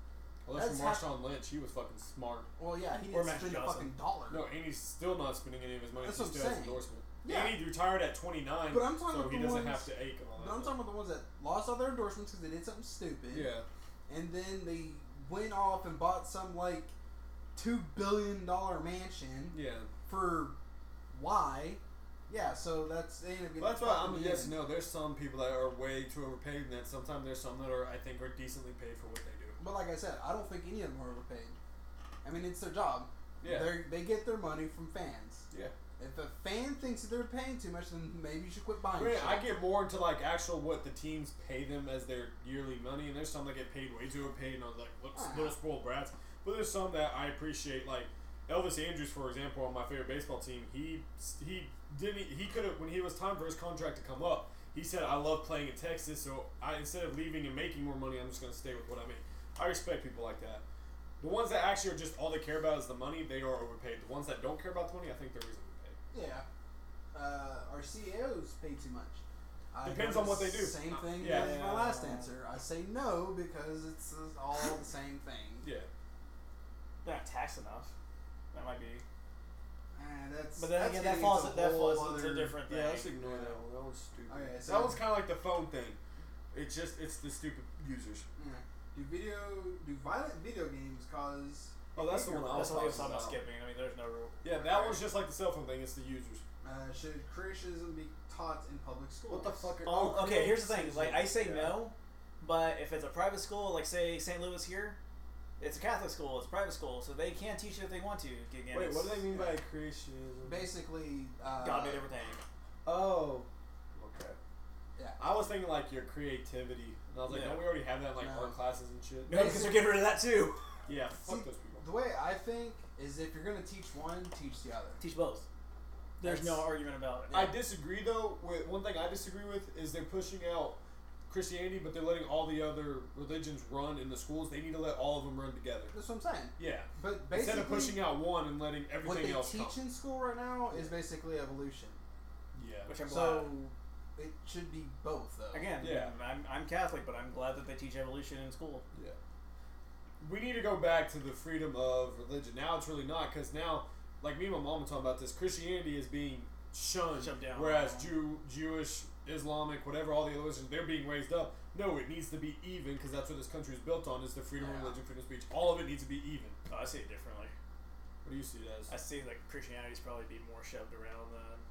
Unless
That's
from Marshawn Lynch, he was fucking smart.
Well, yeah, he
Or
didn't
Magic
spend a
Johnson.
fucking dollar.
No, and he's still not spending any of his money.
That's
he
what I'm
still has
saying.
endorsement.
Yeah.
And he retired at 29,
But I'm talking
so
about
he
the
doesn't
ones-
have to ache and all that.
But I'm talking about the ones that lost all their endorsements because they did something stupid.
yeah.
And then they went off and bought some like two billion dollar mansion
Yeah.
for why? Yeah, so that's they ended up getting
Well, that's why
fucked
I'm
in
a
the
yes
end.
no. There's some people that are way too overpaid, and then sometimes there's some that are I think are decently paid for what they do.
But like I said, I don't think any of them are overpaid. I mean, it's their job.
Yeah.
They're, they get their money from fans.
Yeah.
If a fan thinks that they're paying too much, then maybe you should quit buying.
I, mean,
shit.
I get more into like actual what the teams pay them as their yearly money, and there's some that get paid way too overpaid, and I'm like look,
Ah.
little spoiled brats. But there's some that I appreciate, like Elvis Andrews, for example, on my favorite baseball team. He he didn't he could have when he was time for his contract to come up. He said, "I love playing in Texas, so I instead of leaving and making more money, I'm just going to stay with what I make." I respect people like that. The ones that actually are just all they care about is the money, they are overpaid. The ones that don't care about the money, I think they're reasonably paid.
Yeah. Uh, our
E
CEOs pay too much.
I
depends
go
on what
the
they do.
Same
Uh,
thing
yeah.
as my last answer. I say no because it's uh, all the same thing.
Yeah.
They're not taxed enough. That might be.
Ah, that's,
But then
that's
again, that
getting
falls
into a
that
whole
falls into
other-
a different thing.
Yeah, let's ignore that one. That one's stupid.
Okay, so
that one's kind of like the phone thing. It's just it's the stupid users.
Yeah. Do video do violent video games cause?
Oh, that's the one I
That's
was
what
talking
we was talking
about.
about skipping. I mean, there's no rule.
Yeah, that one's just like the cell phone thing. It's the users.
Uh, should criticism be taught in public schools?
What the fuck? Are,
Oh, okay, here's the thing.
criticism.
Like, I say
Yeah.
no, but if it's a private school, like say St. Louis here, it's a Catholic school. It's a private school, so they can teach it if they want to. Again,
Wait,
it's-
what do they mean
yeah.
by creationism?
Basically, uh,
God made everything.
oh, okay.
Yeah.
I was thinking like your creativity, and I was like,
Yeah.
don't we already have that in like
No.
art classes and shit?
No, because they're getting rid of that too.
Yeah, fuck
See-
those people.
the way I think is if you're gonna teach one, teach the other.
Teach both. There's no
That's-
argument about it.
I disagree though. With one thing I disagree with is they're pushing out Christianity, but they're letting all the other religions run in the schools. They need to let all of them run together.
That's what I'm saying.
Yeah.
But basically,
Instead of pushing out one and letting
what
everything
they
else
teach
come.
in school right now is basically evolution.
Yeah.
which I'm
So it should be both, though.
glad. Again,
Yeah.
I'm, I'm Catholic, but I'm glad that they teach evolution in school.
We need to go back to the freedom of religion. Now it's really not because now, like me and my mom were talking about this, Christianity is being shunned,
Shoved down.
whereas Jew Jewish Islamic, whatever, all the other religions, they're being raised up. No, it needs to be even because that's what this country is built on: is the freedom
Yeah.
of religion, freedom of speech. All of it needs to be even.
Oh, I see it differently.
What do you see it as?
I see like Christianity's probably be more shoved around than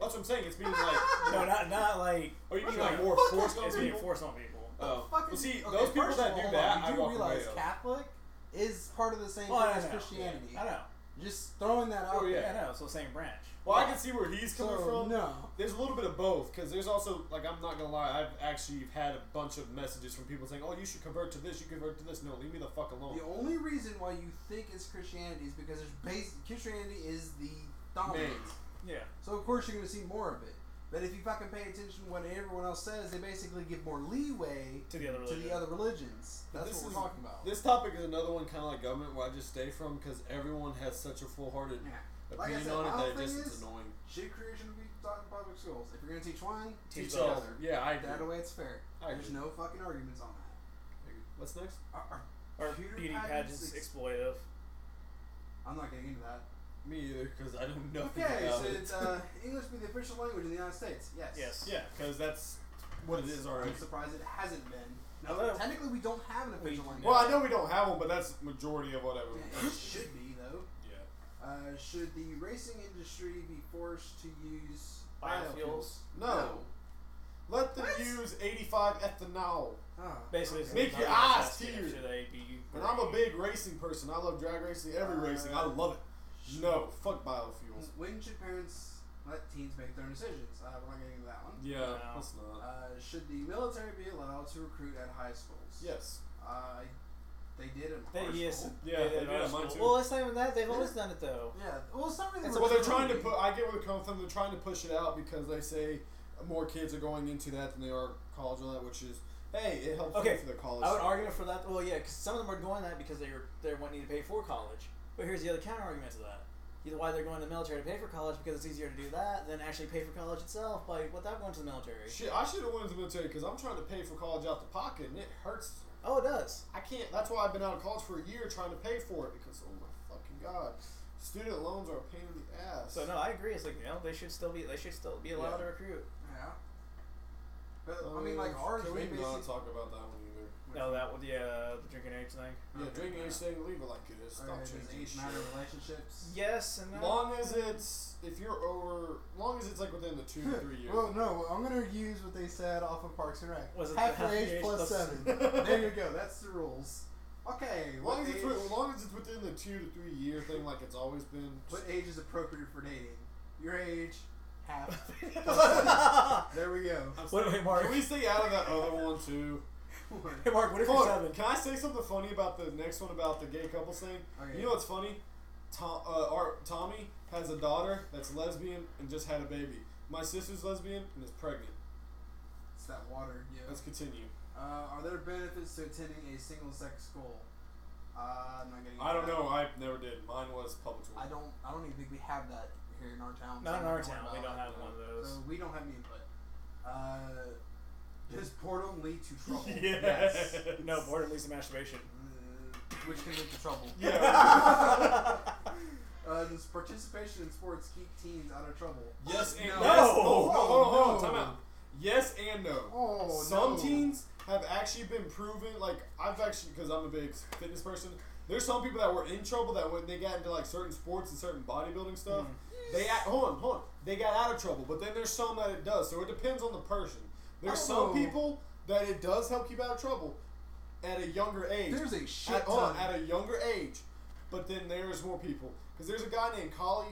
That's what I'm saying. It's being like,
no, not not like
oh, you mean
Sure.
like more forced on
it's being
people?
forced on people.
Oh,
Fucking-
well, see,
okay,
those people
first
that
of
do
all,
that,
you
I
do
walk
realize
away. of.
Catholic is part of the same
Well, Oh, I
thing as
know.
Christianity.
I know.
Just throwing that out
Oh,
there.
yeah.
Yeah, I know. It's the same branch.
Well, I can see where he's coming
So,
from.
no.
There's a little bit of both because there's also like I'm not gonna lie, I've actually had a bunch of messages from people saying, "Oh, you should convert to this, you convert to this." No, leave me the fuck alone.
The
only reason why you think it's Christianity is because it's based Christianity is the dominant.
Main.
Yeah.
So of course you're going to see more of it. But if you fucking pay attention to what everyone else says, they basically give more leeway
To the other
to
religion.
the other religions. That's
This
what we're
is-
talking about.
This topic is another one kind of like government where I just stay from because everyone has such a full-hearted
Yeah. Like I
opinion
said,
on
my
it that it
thing
just
is-
it's annoying.
Shit creation would be taught in public schools. If you're going to teach one,
Teach
teach the
both.
other.
Yeah, I
That
agree.
way it's fair.
I
There's
agree.
no fucking arguments on that.
What's next?
Are- are
Or
computer
beauty pageants
ex-
exploitive.
I'm not getting into that.
Me either because I don't know.
Okay,
about
so
it.
it's, uh, English be the official language in the United States. Yes.
Yes.
yeah, because that's what it is already.
I'm surprised it hasn't been.
I thought it-
technically we don't have an official
We-
language.
Well, I know we don't have one, but that's majority of whatever.
Yeah, It should be though.
Yeah.
Uh, should the racing industry be forced to use
Biofuels.
No. Let them
What?
use 85 ethanol.
Oh,
Basically, it's
okay.
Make
not
your
really
eyes
tested,
tear.
Should they be?
And I'm a big racing person. I love drag racing, every
Uh,
racing. I love it. No, fuck biofuels.
When should parents let teens make their own decisions? Uh, we're not getting into that one.
Yeah,
No.
that's not.
Uh, should the military be allowed to recruit at high schools?
Yes.
Uh, they did in
They,
our
yes.
school.
Yeah, they
did
do it on mine
ours.
too.
Well, it's not even that. They've always done it though.
Yeah. Well, it's not really.
That's
recruiting.
Well, they're trying to put. I get where they're coming from. They're trying to push it out because they say more kids are going into that than they are college or that, which is hey, it helps
Okay,
pay for their college.
I would
stuff.
argue for that. Well, yeah, because some of them are going that because they were they're wanting to pay for college. But here's the other counter argument to that: either why they're going to the military to pay for college because it's easier to do that than actually pay for college itself by without going to the military.
Shit, I should have went into the military because I'm trying to pay for college out the pocket, and it hurts.
Oh, it does.
I can't. That's why I've been out of college for a year trying to pay for it because oh my fucking god, student loans are a pain in the ass.
So no, I agree. It's like you know they should still be they should still be allowed
Yeah.
to recruit.
Yeah. But
Uh,
I mean, like ours,
Can
they
we
basically.
not talk about that one either?
No, that would yeah uh, the drinking age thing.
Yeah,
Okay.
drinking age thing, leave it like it is. Stop
Okay, does
changing
age
shit.
matter in relationships?
Yes and no.
Long as it's if you're over, long as it's like within the two to three years.
Well, no, I'm gonna use what they said off of Parks and Rec.
Was it
half
the
your
half
age
age
plus
plus-
seven?
there you go. That's the rules. Okay.
As
What
long as,
age,
it's, as long as it's within the two to three year thing, like it's always been.
what age is appropriate for dating? Your age, half. there we go.
Wait, wait, Mark.
Can we stay out of that other one too?
Hey Mark, what if you're
Hold on,
seven?
Can I say something funny about the next one about the gay couples thing?
Okay.
You know what's funny? Tom, uh, our, Tommy has a daughter that's lesbian and just had a baby. My sister's lesbian and is pregnant.
It's that water. Yeah.
Let's continue.
Uh, are there benefits to attending a single-sex school? Uh, I'm not getting.
I don't
into that.
know. I never did. Mine was public
I
school.
don't. I don't even think we have that here in our town.
Not in
so
our
don't worry
town.
about
We don't
it.
have one of those.
So we don't have any input. Uh, does boredom lead to trouble?
Yes.
No, boredom leads to masturbation.
Uh, which can lead to trouble.
Yeah.
Uh, does participation in sports keep teens out of trouble?
Yes and
No. Oh,
no.
No.
hold on, hold on, hold on,
No.
time out. Yes and no.
Oh,
Some
no.
teens have actually been proven. Like I've actually, because I'm a big fitness person. There's some people that were in trouble that when they got into like certain sports and certain bodybuilding stuff,
Mm-hmm.
they act, hold on, hold on, they got out of trouble. But then there's some that it does. So it depends on the person. There's some
Oh.
people that it does help keep out of trouble at a younger age.
There's a shit
at, hold on,
ton.
at a younger age. But then there's more people because there's a guy named Kali,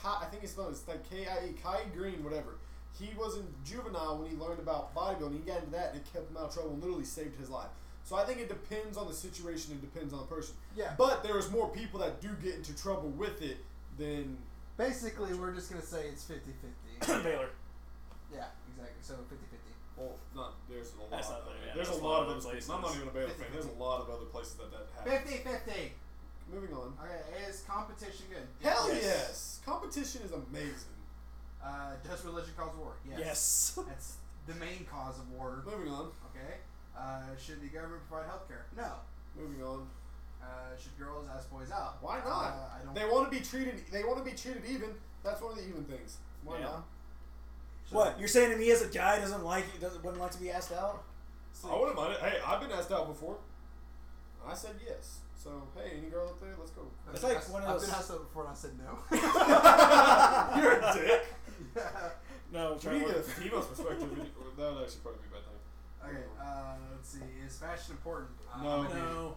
Kai, I think it's spelled it's like K I E Kai Green, whatever. He was in juvenile when he learned about bodybuilding. He got into that and it kept him out of trouble and literally saved his life. So I think it depends on the situation and depends on the person.
Yeah.
But there is more people that do get into trouble with it than
Basically, we're just gonna say it's 50 50.
Baylor.
yeah, exactly. So 50 50.
well, not there's a lot.
That's not
of
there,
it.
yeah,
there's, a lot, of other places. I'm not
places.
even a Baylor fan. There's a lot of other places that that happens.
50-50.
Moving on.
Okay, is competition good?
Hell
Yes.
yes. Competition is amazing.
Uh, does religion cause war? Yes.
Yes.
That's the main cause of war.
Moving on.
Okay. Uh, should the government provide health care? No.
Moving on.
Uh, should girls ask boys out?
Why
Uh,
not?
I don't.
They want to be treated. They want to be treated even. That's one of the even things. Why
Yeah.
not?
What you're saying to me as a guy doesn't like it, doesn't wouldn't like to be asked out?
I wouldn't mind it. Hey, I've been asked out before. I said yes. So hey, any girl out there, let's go.
It's like one of
I've
those-
been asked that before and I said no.
You're a dick.
Yeah.
No,
Try to get a female's perspective. That would actually probably be a bad thing.
Okay, uh, let's see. Is fashion important? Uh,
No.
I'm a dude.
No,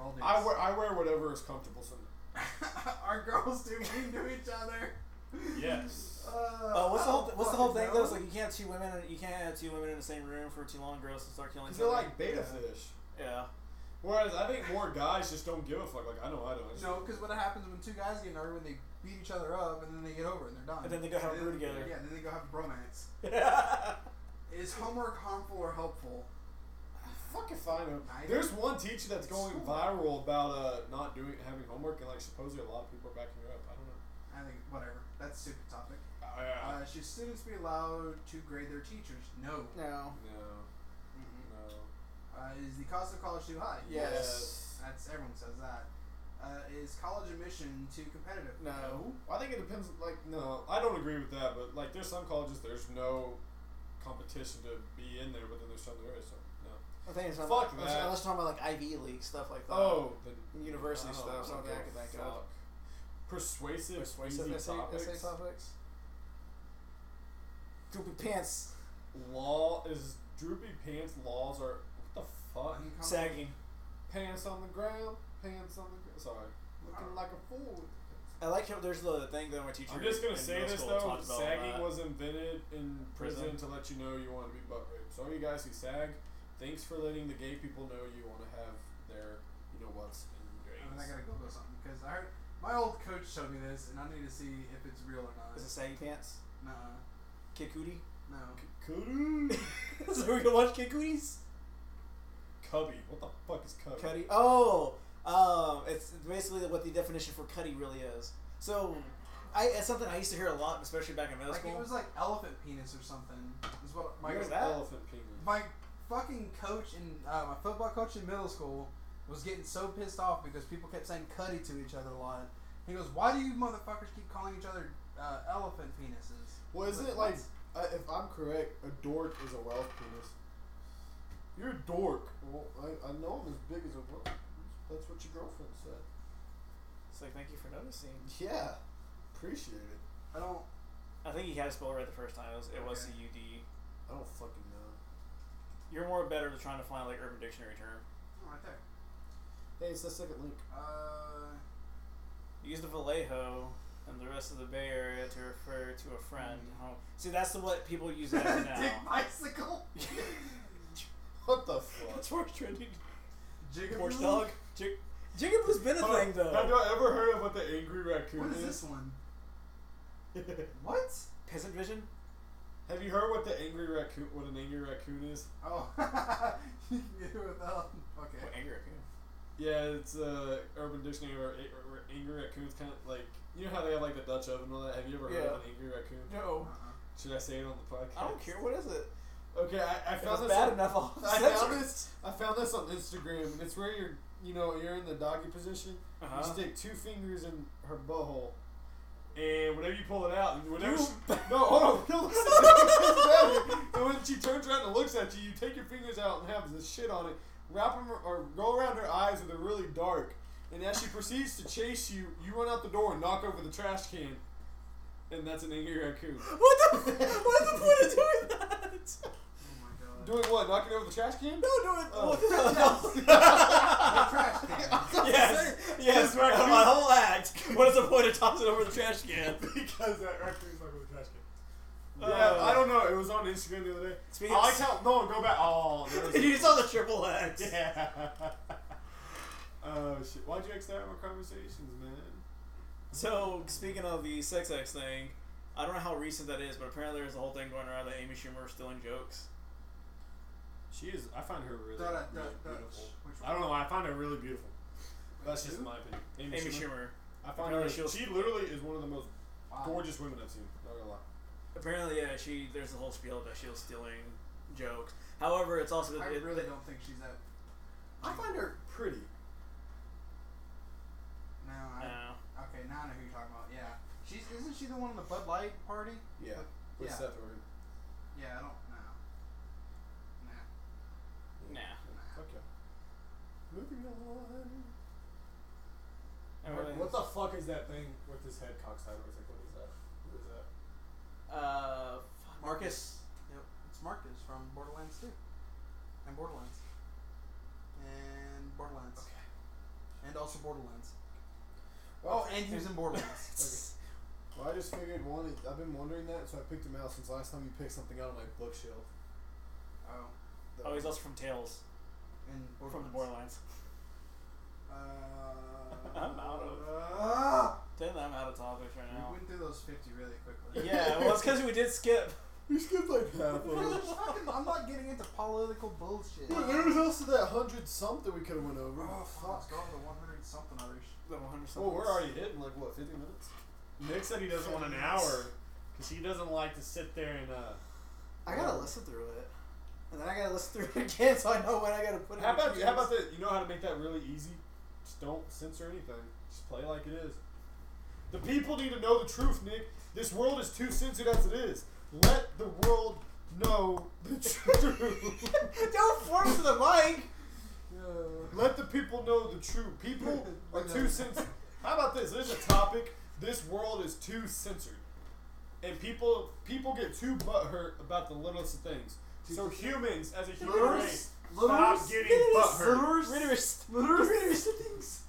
We're all dudes.
I wear I wear whatever is comfortable. So
Are girls too mean to each other?
yes.
Uh,
Uh, what's the whole
I don't
What's the whole
fucking
thing though?
know.
It's like you can't have two women in- you can't have two women in the same room for too long. Girls can start killing.
Because
each
they're
other.
like beta
Yeah.
fish.
yeah.
Whereas I think more guys just don't give a fuck. Like I know I don't. It's-
No,
because what happens when two guys get in an argument, they beat each other up and then they get over it and they're done.
And then they go have a brew
then-
together.
Yeah, then they go have a bromance. Is homework harmful or helpful?
Fuck if I know.
I
There's one teacher that's going
School.
viral about uh not doing having homework and like supposedly a lot of people are backing her up. I don't know.
I think whatever. That's a stupid topic.
I,
Uh, should students be allowed to grade their teachers? No.
no.
no,
Mm-mm.
no.
Uh, is the cost of college too high?
Yes.
That's everyone says that. Uh, is college admission too competitive?
No.
I think it depends. Like, no, I don't agree with that. But like, there's some colleges there's no competition to be in there, but then there's some there is. So no.
I think it's
Fuck
unless,
that.
unless you're talking about like Ivy League stuff like that.
Oh, the
university stuff. Something I
okay,
could think of.
fuck. Persuasive,
Persuasive
easy
essay,
topics.
essay topics. Goopy pants.
Law is droopy pants. Laws are what the fuck?
Uncomfortable-
Sagging.
Pants on the ground. Pants on the ground. Sorry, looking like a fool.
I like how there's the thing that my teacher.
I'm just gonna
in
say
middle
this
school
though:
talked about
sagging
that.
was invented in prison,
Prison.
to let you know you want to be butt raped. So all you guys who sag, thanks for letting the gay people know you want to have their, you know what's in your
And then I
anus.
gotta Google something because I heard my old coach showed me this, and I need to see if it's real or not.
Is it saggy pants?
No,
Kid Cootie?
no.
Kudu,
so we gonna watch Kid Cooties?
cubby. What the fuck is cubby?
Cuddy. Oh, um, it's basically what the definition for cuddy really is. So, I it's something I used to hear a lot, especially back in middle
Like
school.
it was like elephant penis or something. Is what my
Where's
that?
elephant penis?
my fucking coach in uh, my football coach in middle school was getting so pissed off because people kept saying "cutty" to each other a lot. He goes, "Why do you motherfuckers keep calling each other uh, elephant penises?"
Well, isn't it like, uh, if I'm correct, a dork is a wealth penis? You're a dork. Well, I, I know I'm as big as a wealth. penis. That's what your girlfriend said.
it's like, thank you for noticing.
Yeah, appreciate it.
I don't.
I think he had it spelled right the first time. It was, it was
Okay.
the UD.
I don't fucking know.
You're more better at trying to find like Urban Dictionary term.
oh, right there.
Hey, it's the second link.
Uh,
You use the Vallejo and the rest of the Bay Area to refer to a friend.
Mm.
Oh, See, that's the what people use that
Uh,
for
dick
now.
bicycle.
What the fuck?
That's what's trending.
Jigaboo?
Horse dog. Jig- Jigaboo's been a thing
Have
though.
you ever heard of what the angry raccoon
What is this one?
What?
Peasant vision.
Have you heard what the angry raccoon? What an angry raccoon is?
Oh, you can do it without. Okay.
What, angry raccoon.
Yeah, it's uh, Urban Dictionary where, a- where angry raccoons kind of like you know how they have like the Dutch oven and all that. Have you ever heard of an
Yeah.
angry raccoon?
No.
Uh-uh.
Should I say it on the podcast?
I don't care. What is it?
Okay, I, I
If it's
found this.
bad
on-
enough, I'll
I
censor
found
it.
this. I found this on Instagram, and it's where you're, you know, you're in the doggy position.
Uh-huh.
You stick two fingers in her butthole, and whenever you pull it out, and whenever
You-
she, no, hold on, it looks it's better. And when she turns around and looks at you, you take your fingers out and have the shit on it, wrap them or go around her eyes with a really dark, and as she proceeds to chase you, you run out the door and knock over the trash can, and that's an angry raccoon.
What the? What is the point of doing that?
Oh my god.
Doing what? Knocking over the trash can?
No, no, it.
Oh.
what the
trash can.
yes, yes, right. My whole act. What is the point of tossing over the trash can?
because that raccoon's not going to trash can.
Uh,
yeah, I don't know. It was on Instagram the other day.
Speaking
I
of-
like how no, go back. Oh, there
you
was
saw the triple X.
yeah. Oh shit! Why'd you exit out of our conversations, man?
So speaking of the sex X thing, I don't know how recent that is, but apparently there's a whole thing going around that Amy Schumer is stealing jokes.
She is. I find her really,
Da, da, da,
really
da.
beautiful.
Which
I don't know. I find her really beautiful. That's just
Who?
my opinion. Amy,
Amy
Schumer.
Schumer.
I find her.
Apparently she'll-
She literally is one of the most
Wow.
gorgeous women I've seen. Not gonna lie.
Apparently, yeah, she. There's the whole spiel that she was stealing jokes. However, it's also.
I
it-
really don't think she's that.
I find her pretty.
No, I,
No.
Okay, now I know who you're talking about. Yeah, she's isn't she the one in the Bud Light party?
Yeah.
Yeah.
With Seth Rogen.
Yeah, I don't know. Nah.
Nah.
nah.
Okay. Moving on.
I
What-
really-
What the fuck is that thing with his head cocked sideways? Like, what is that? What is that?
Uh, fuck.
Marcus. Yep, it's Marcus from Borderlands 2. And Borderlands. And Borderlands. And also Borderlands.
Well,
oh, and he was in Borderlands.
well, I just figured one. I've been wondering that, so I picked him out since last time you picked something out on my bookshelf.
Oh,
Oh, he's also from Tales,
and
from the Borderlands.
Uh,
I'm out of-
Uh,
Ah!
Then I'm out of topics right
we
now.
went through those fifty really quickly.
yeah, well, it's because we did skip.
We skipped like half of
Really
it.
fucking- I'm not getting into political bullshit.
Well, there was also that hundred something we could have went over.
Oh fuck! Let's go to one hundred something others.
The 100
Well, we're already hitting like what fifty minutes. Nick said he doesn't want an hour because he doesn't like to sit there and. uh...
I gotta listen through it. And then I gotta listen through it again so I know when I gotta put it
How
in
about
the
how about that? You know how to make that really easy. Just don't censor anything. Just play like it is. The people need to know the truth, Nick. This world is too censored as it is. Let the world know the truth.
Don't force the mic!
Let the people know the truth. People are too censored. How about this? There's a topic. This world is too censored, and people people get too butthurt about the littlest of things. So humans, as a human race, stop getting butthurt.
Ritterist.
things.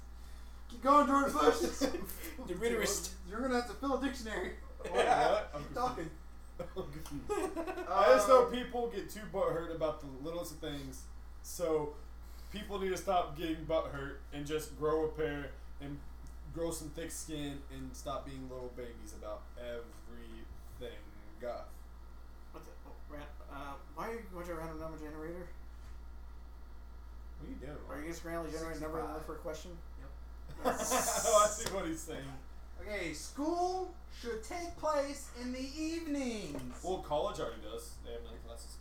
Keep going, Jordan. First,
The Ritterist.
you're gonna have to fill a dictionary.
What? Oh, I'm
Keep talking. Uh,
confused. I just
Um,
know people get too butthurt about the littlest of things, so people need to stop getting butthurt and just grow a pair and grow some thick skin and stop being little babies about everything. God.
What the? Oh, ran, uh, why are you going to a random number generator?
What are you doing?
Are you just randomly generating number and look for a question?
oh, I see what he's saying.
Okay, s-
School should take place in the evenings.
Well, college already does. They have night classes.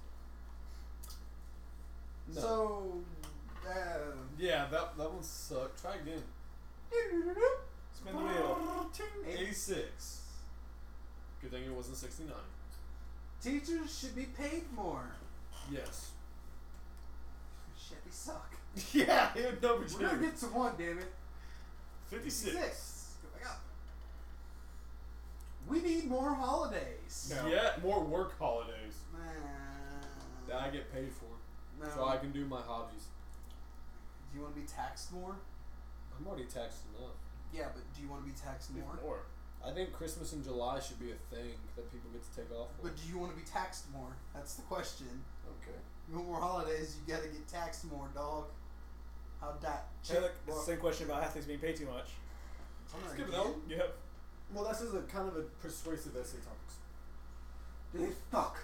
No.
So, uh,
yeah, that that one sucked. Try again.
Spin the wheel.
86. Good thing it wasn't 69.
teachers should be paid more.
Yes.
Shit, they suck.
Yeah, he had no
we're gonna get to one, damn it.
56.
Six. Go back up. We need more holidays.
No.
Yeah, more work holidays that
Nah.
I get paid for,
No.
so I can do my hobbies.
do you want to be taxed more?
I'm already taxed enough.
Yeah, but do you want to be taxed more?
Or
I think Christmas in July should be a thing that people get to take off. For.
But do you want to be taxed more? That's the question.
okay.
You want more holidays, you gotta get taxed more, dog. How that
Hey,
check?
look, it's the same question about athletes being paid too much.
Somewhere
Skip it
again?
over.
Yep.
Well, that's just a kind of a persuasive essay topics.
Dude, fuck.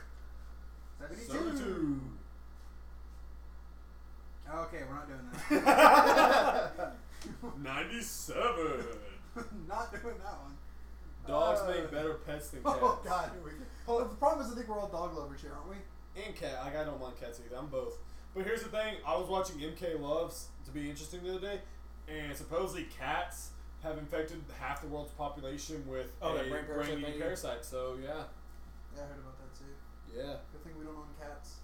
Seventy-two.
Okay, we're not doing that.
Ninety-seven.
Not doing that one.
Dogs
Uh,
make better pets than cats.
Oh god, here we go. Well, the problem is I think we're all dog lovers here, aren't we?
and cat. Like I don't mind cats either. I'm both. But here's the thing: I was watching MK Loves to be interesting the other day, and supposedly cats have infected half the world's population with
Oh,
a
that brain parasite
brain-eating
thing?
parasite. So yeah,
Yeah, I heard about that too.
yeah,
Good thing we don't own cats.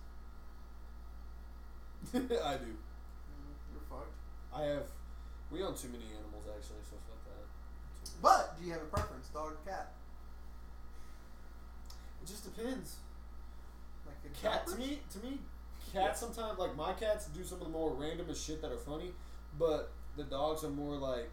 I do.
Mm, You're fucked.
I have. We own too many animals actually, so fuck that.
But do you have a preference, dog or cat?
It just depends.
Like a
Cat
dog?
to me, to me, cats sometimes like my cats do some of the more randomest shit that are funny, but the dogs are more like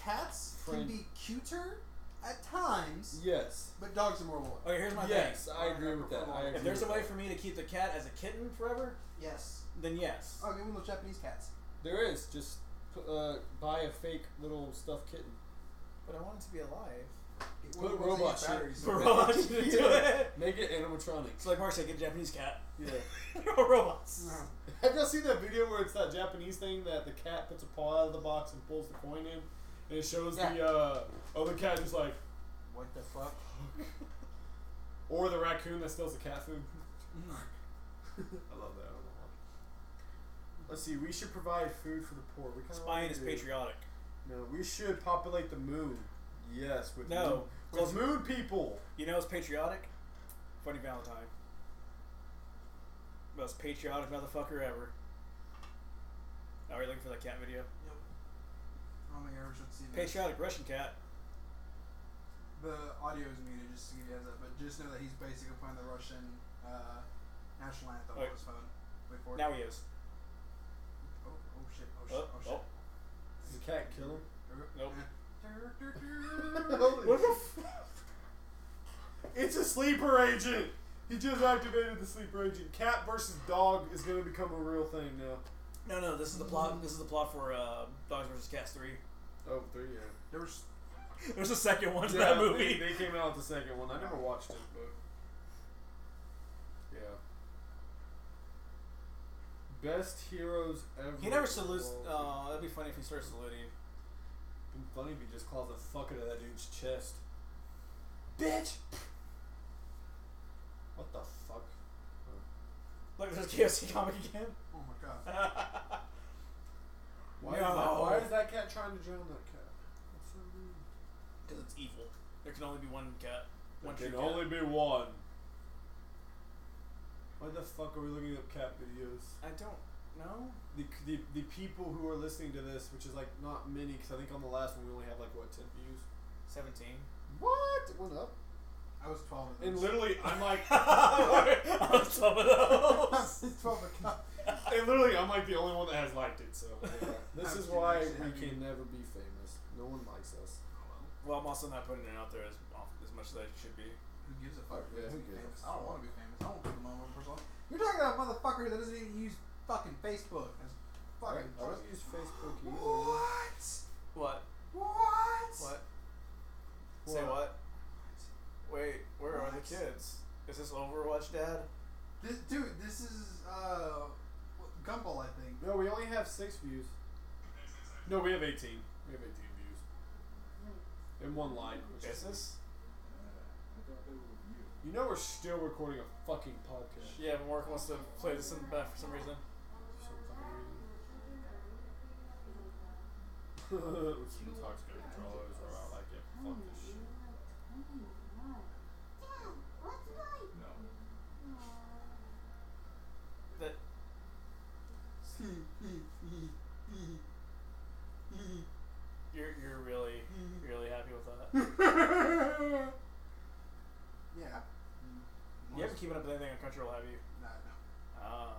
Cats
Friend.
can be cuter at times,
yes,
but dogs are more loyal.
Okay, here's my
yes, I
I
agree with that.
prefer
I
dogs.
agree
thing. If there's a
with
way
that.
for me to keep the cat as a kitten forever,
Yes.
then yes.
Oh, give them those Japanese cats.
There is. Just p- uh, buy a fake little stuffed kitten.
But I want it to be alive.
Get
Put
one of those
robot
that
shit-
get batteries.
For
in.
robot
robots to
shit.
do it.
Make it animatronic.
So like Mark said, get a Japanese cat.
Yeah.
robots.
No.
Have y'all seen that video where it's that Japanese thing that the cat puts a paw out of the box and pulls the coin in? And it shows the
Yeah.
uh, other cat just like,
What the fuck?
or the raccoon that steals the cat food. I love that. I don't know why. Let's see. We should provide food for the poor. We kinda
Spying
already
is
do.
patriotic.
No, we should populate the moon. Yes, with
No,
moon, with
'cause-
moon people.
You know it's patriotic? Funny Valentine. most patriotic motherfucker ever. Are you looking for that cat video?
Yep. Oh my god, I wish I'd seen that.
Patriotic Russian cat.
The audio is muted, just to give you a heads up, but just know that he's basically playing the Russian uh, national anthem
Wait.
on his phone. Wait for it.
Now he is.
Oh, oh shit, oh shit,
Oh,
oh,
oh.
shit.
Does the cat kill him?
Nope.
Nope.
What the f- It's a sleeper agent! He just activated the sleeper agent. Cat versus dog is going to become a real thing now.
No, no. This is the plot. This is the plot for uh, Dogs vs. Cats three.
Oh, three, yeah.
There was
There's a second one to
yeah
that movie.
They, they came out with the second one. I never watched it, but. Yeah. Best heroes ever.
He never salutes.
Well,
Oh, that'd be funny if he starts saluting.
it'd be funny if he just claws the fuck out of that dude's chest. Bitch! What the fuck?
Look, there's KFC comic again.
oh my god.
Why, is
No.
that, why is that cat trying to drown that cat? That's so rude.
Because it's evil. There can only be one cat. One
There
true
can
cat.
only be one. Why the fuck are we looking up cat videos?
I don't know.
The, the, the people who are listening to this, which is like not many, because I think on the last one we only have like what ten views.
Seventeen.
What? It went up.
I was 12 of
And
those.
literally, I'm like,
I was some of those.
12 o'clock.
and literally, I'm like the only one that has liked it. So yeah. this
How
is
can you
why
actually
we
have
can
you-
never be famous. No one likes us.
Well, I'm also not putting it out there as as much as I should be.
Who gives a fuck?
Yeah, who
Who
gives a
I
fuck?
don't want to be famous. I don't want to be the moment person. You're talking about a motherfucker that doesn't even use fucking Facebook. That's
I,
fucking
I don't use Facebook either.
What?
What?
What?
What? Say
What?
what? Wait, where are the
What?
kids? Is this Overwatch, Dad?
This, dude, this is uh, wh- Gumball, I think.
No, we only have six views. No, we have 18. We have 18 views. And one like. Which
Is
is,
this?
you know we're still recording a fucking podcast.
Yeah, but Mark wants to play this in the back for some reason.
For some fucking reason. Which is intoxicating controllers are out like it. Fuck this shit.
That you're you're really really happy with that.
Yeah.
You haven't keeping up with anything on Crunchyroll, have you?
Nah, no.
Uh,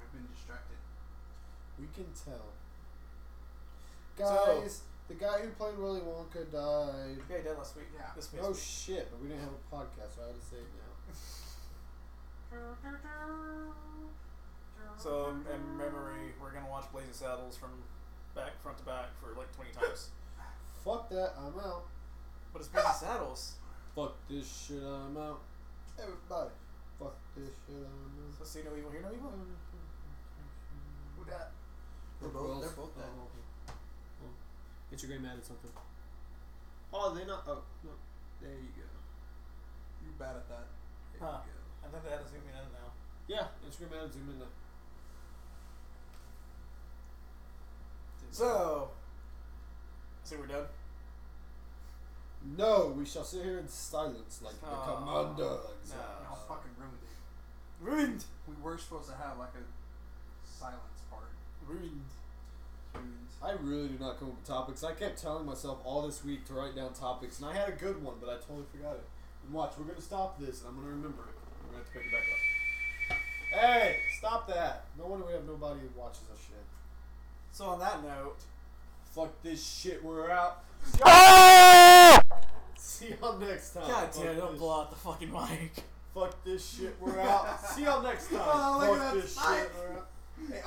I've been distracted.
We can tell.
So-
Guys, the guy who played Willy Wonka died.
yeah, I did last week.
Yeah.
This week.
Oh shit, but we didn't have a podcast, so I had to say it now.
so in- in memory, we're gonna watch Blazing Saddles from back front to back for like 20 times.
Fuck that, I'm out.
But it's Blazing Saddles.
Fuck this shit, I'm out. Everybody, fuck this shit, I'm
So see no evil, hear no evil.
out.
Who that?
They're both, they're both dead.
Oh,
Oh.
Get your gray mad at something. Oh, they not. Oh, no. There you go.
You're bad at that.
Huh. I think that is gonna be in now.
Yeah, Instagram mad at zoom in. The,
So, see, we're done.
no, we shall sit here in silence like the
Aw,
commander.
Uh,
no.
Y'all fucking ruined it.
Ruined.
We were supposed to have like a silence part.
Ruined.
Ruined.
I really do not come up with topics. I kept telling myself all this week to write down topics, and I had a good one, but I totally forgot it. And watch, we're gonna stop this, and I'm gonna remember it. We're gonna have to pick it back up. Hey, stop that! No wonder we have nobody who watches us shit.
So on that note,
Fuck this shit, we're out. See y'all next time.
God
Oh, Fuck
damn, don't
this-
blow out the fucking mic.
Fuck this shit, we're out. See y'all next time.
Oh, look
Fuck
at that
this
smile.
shit.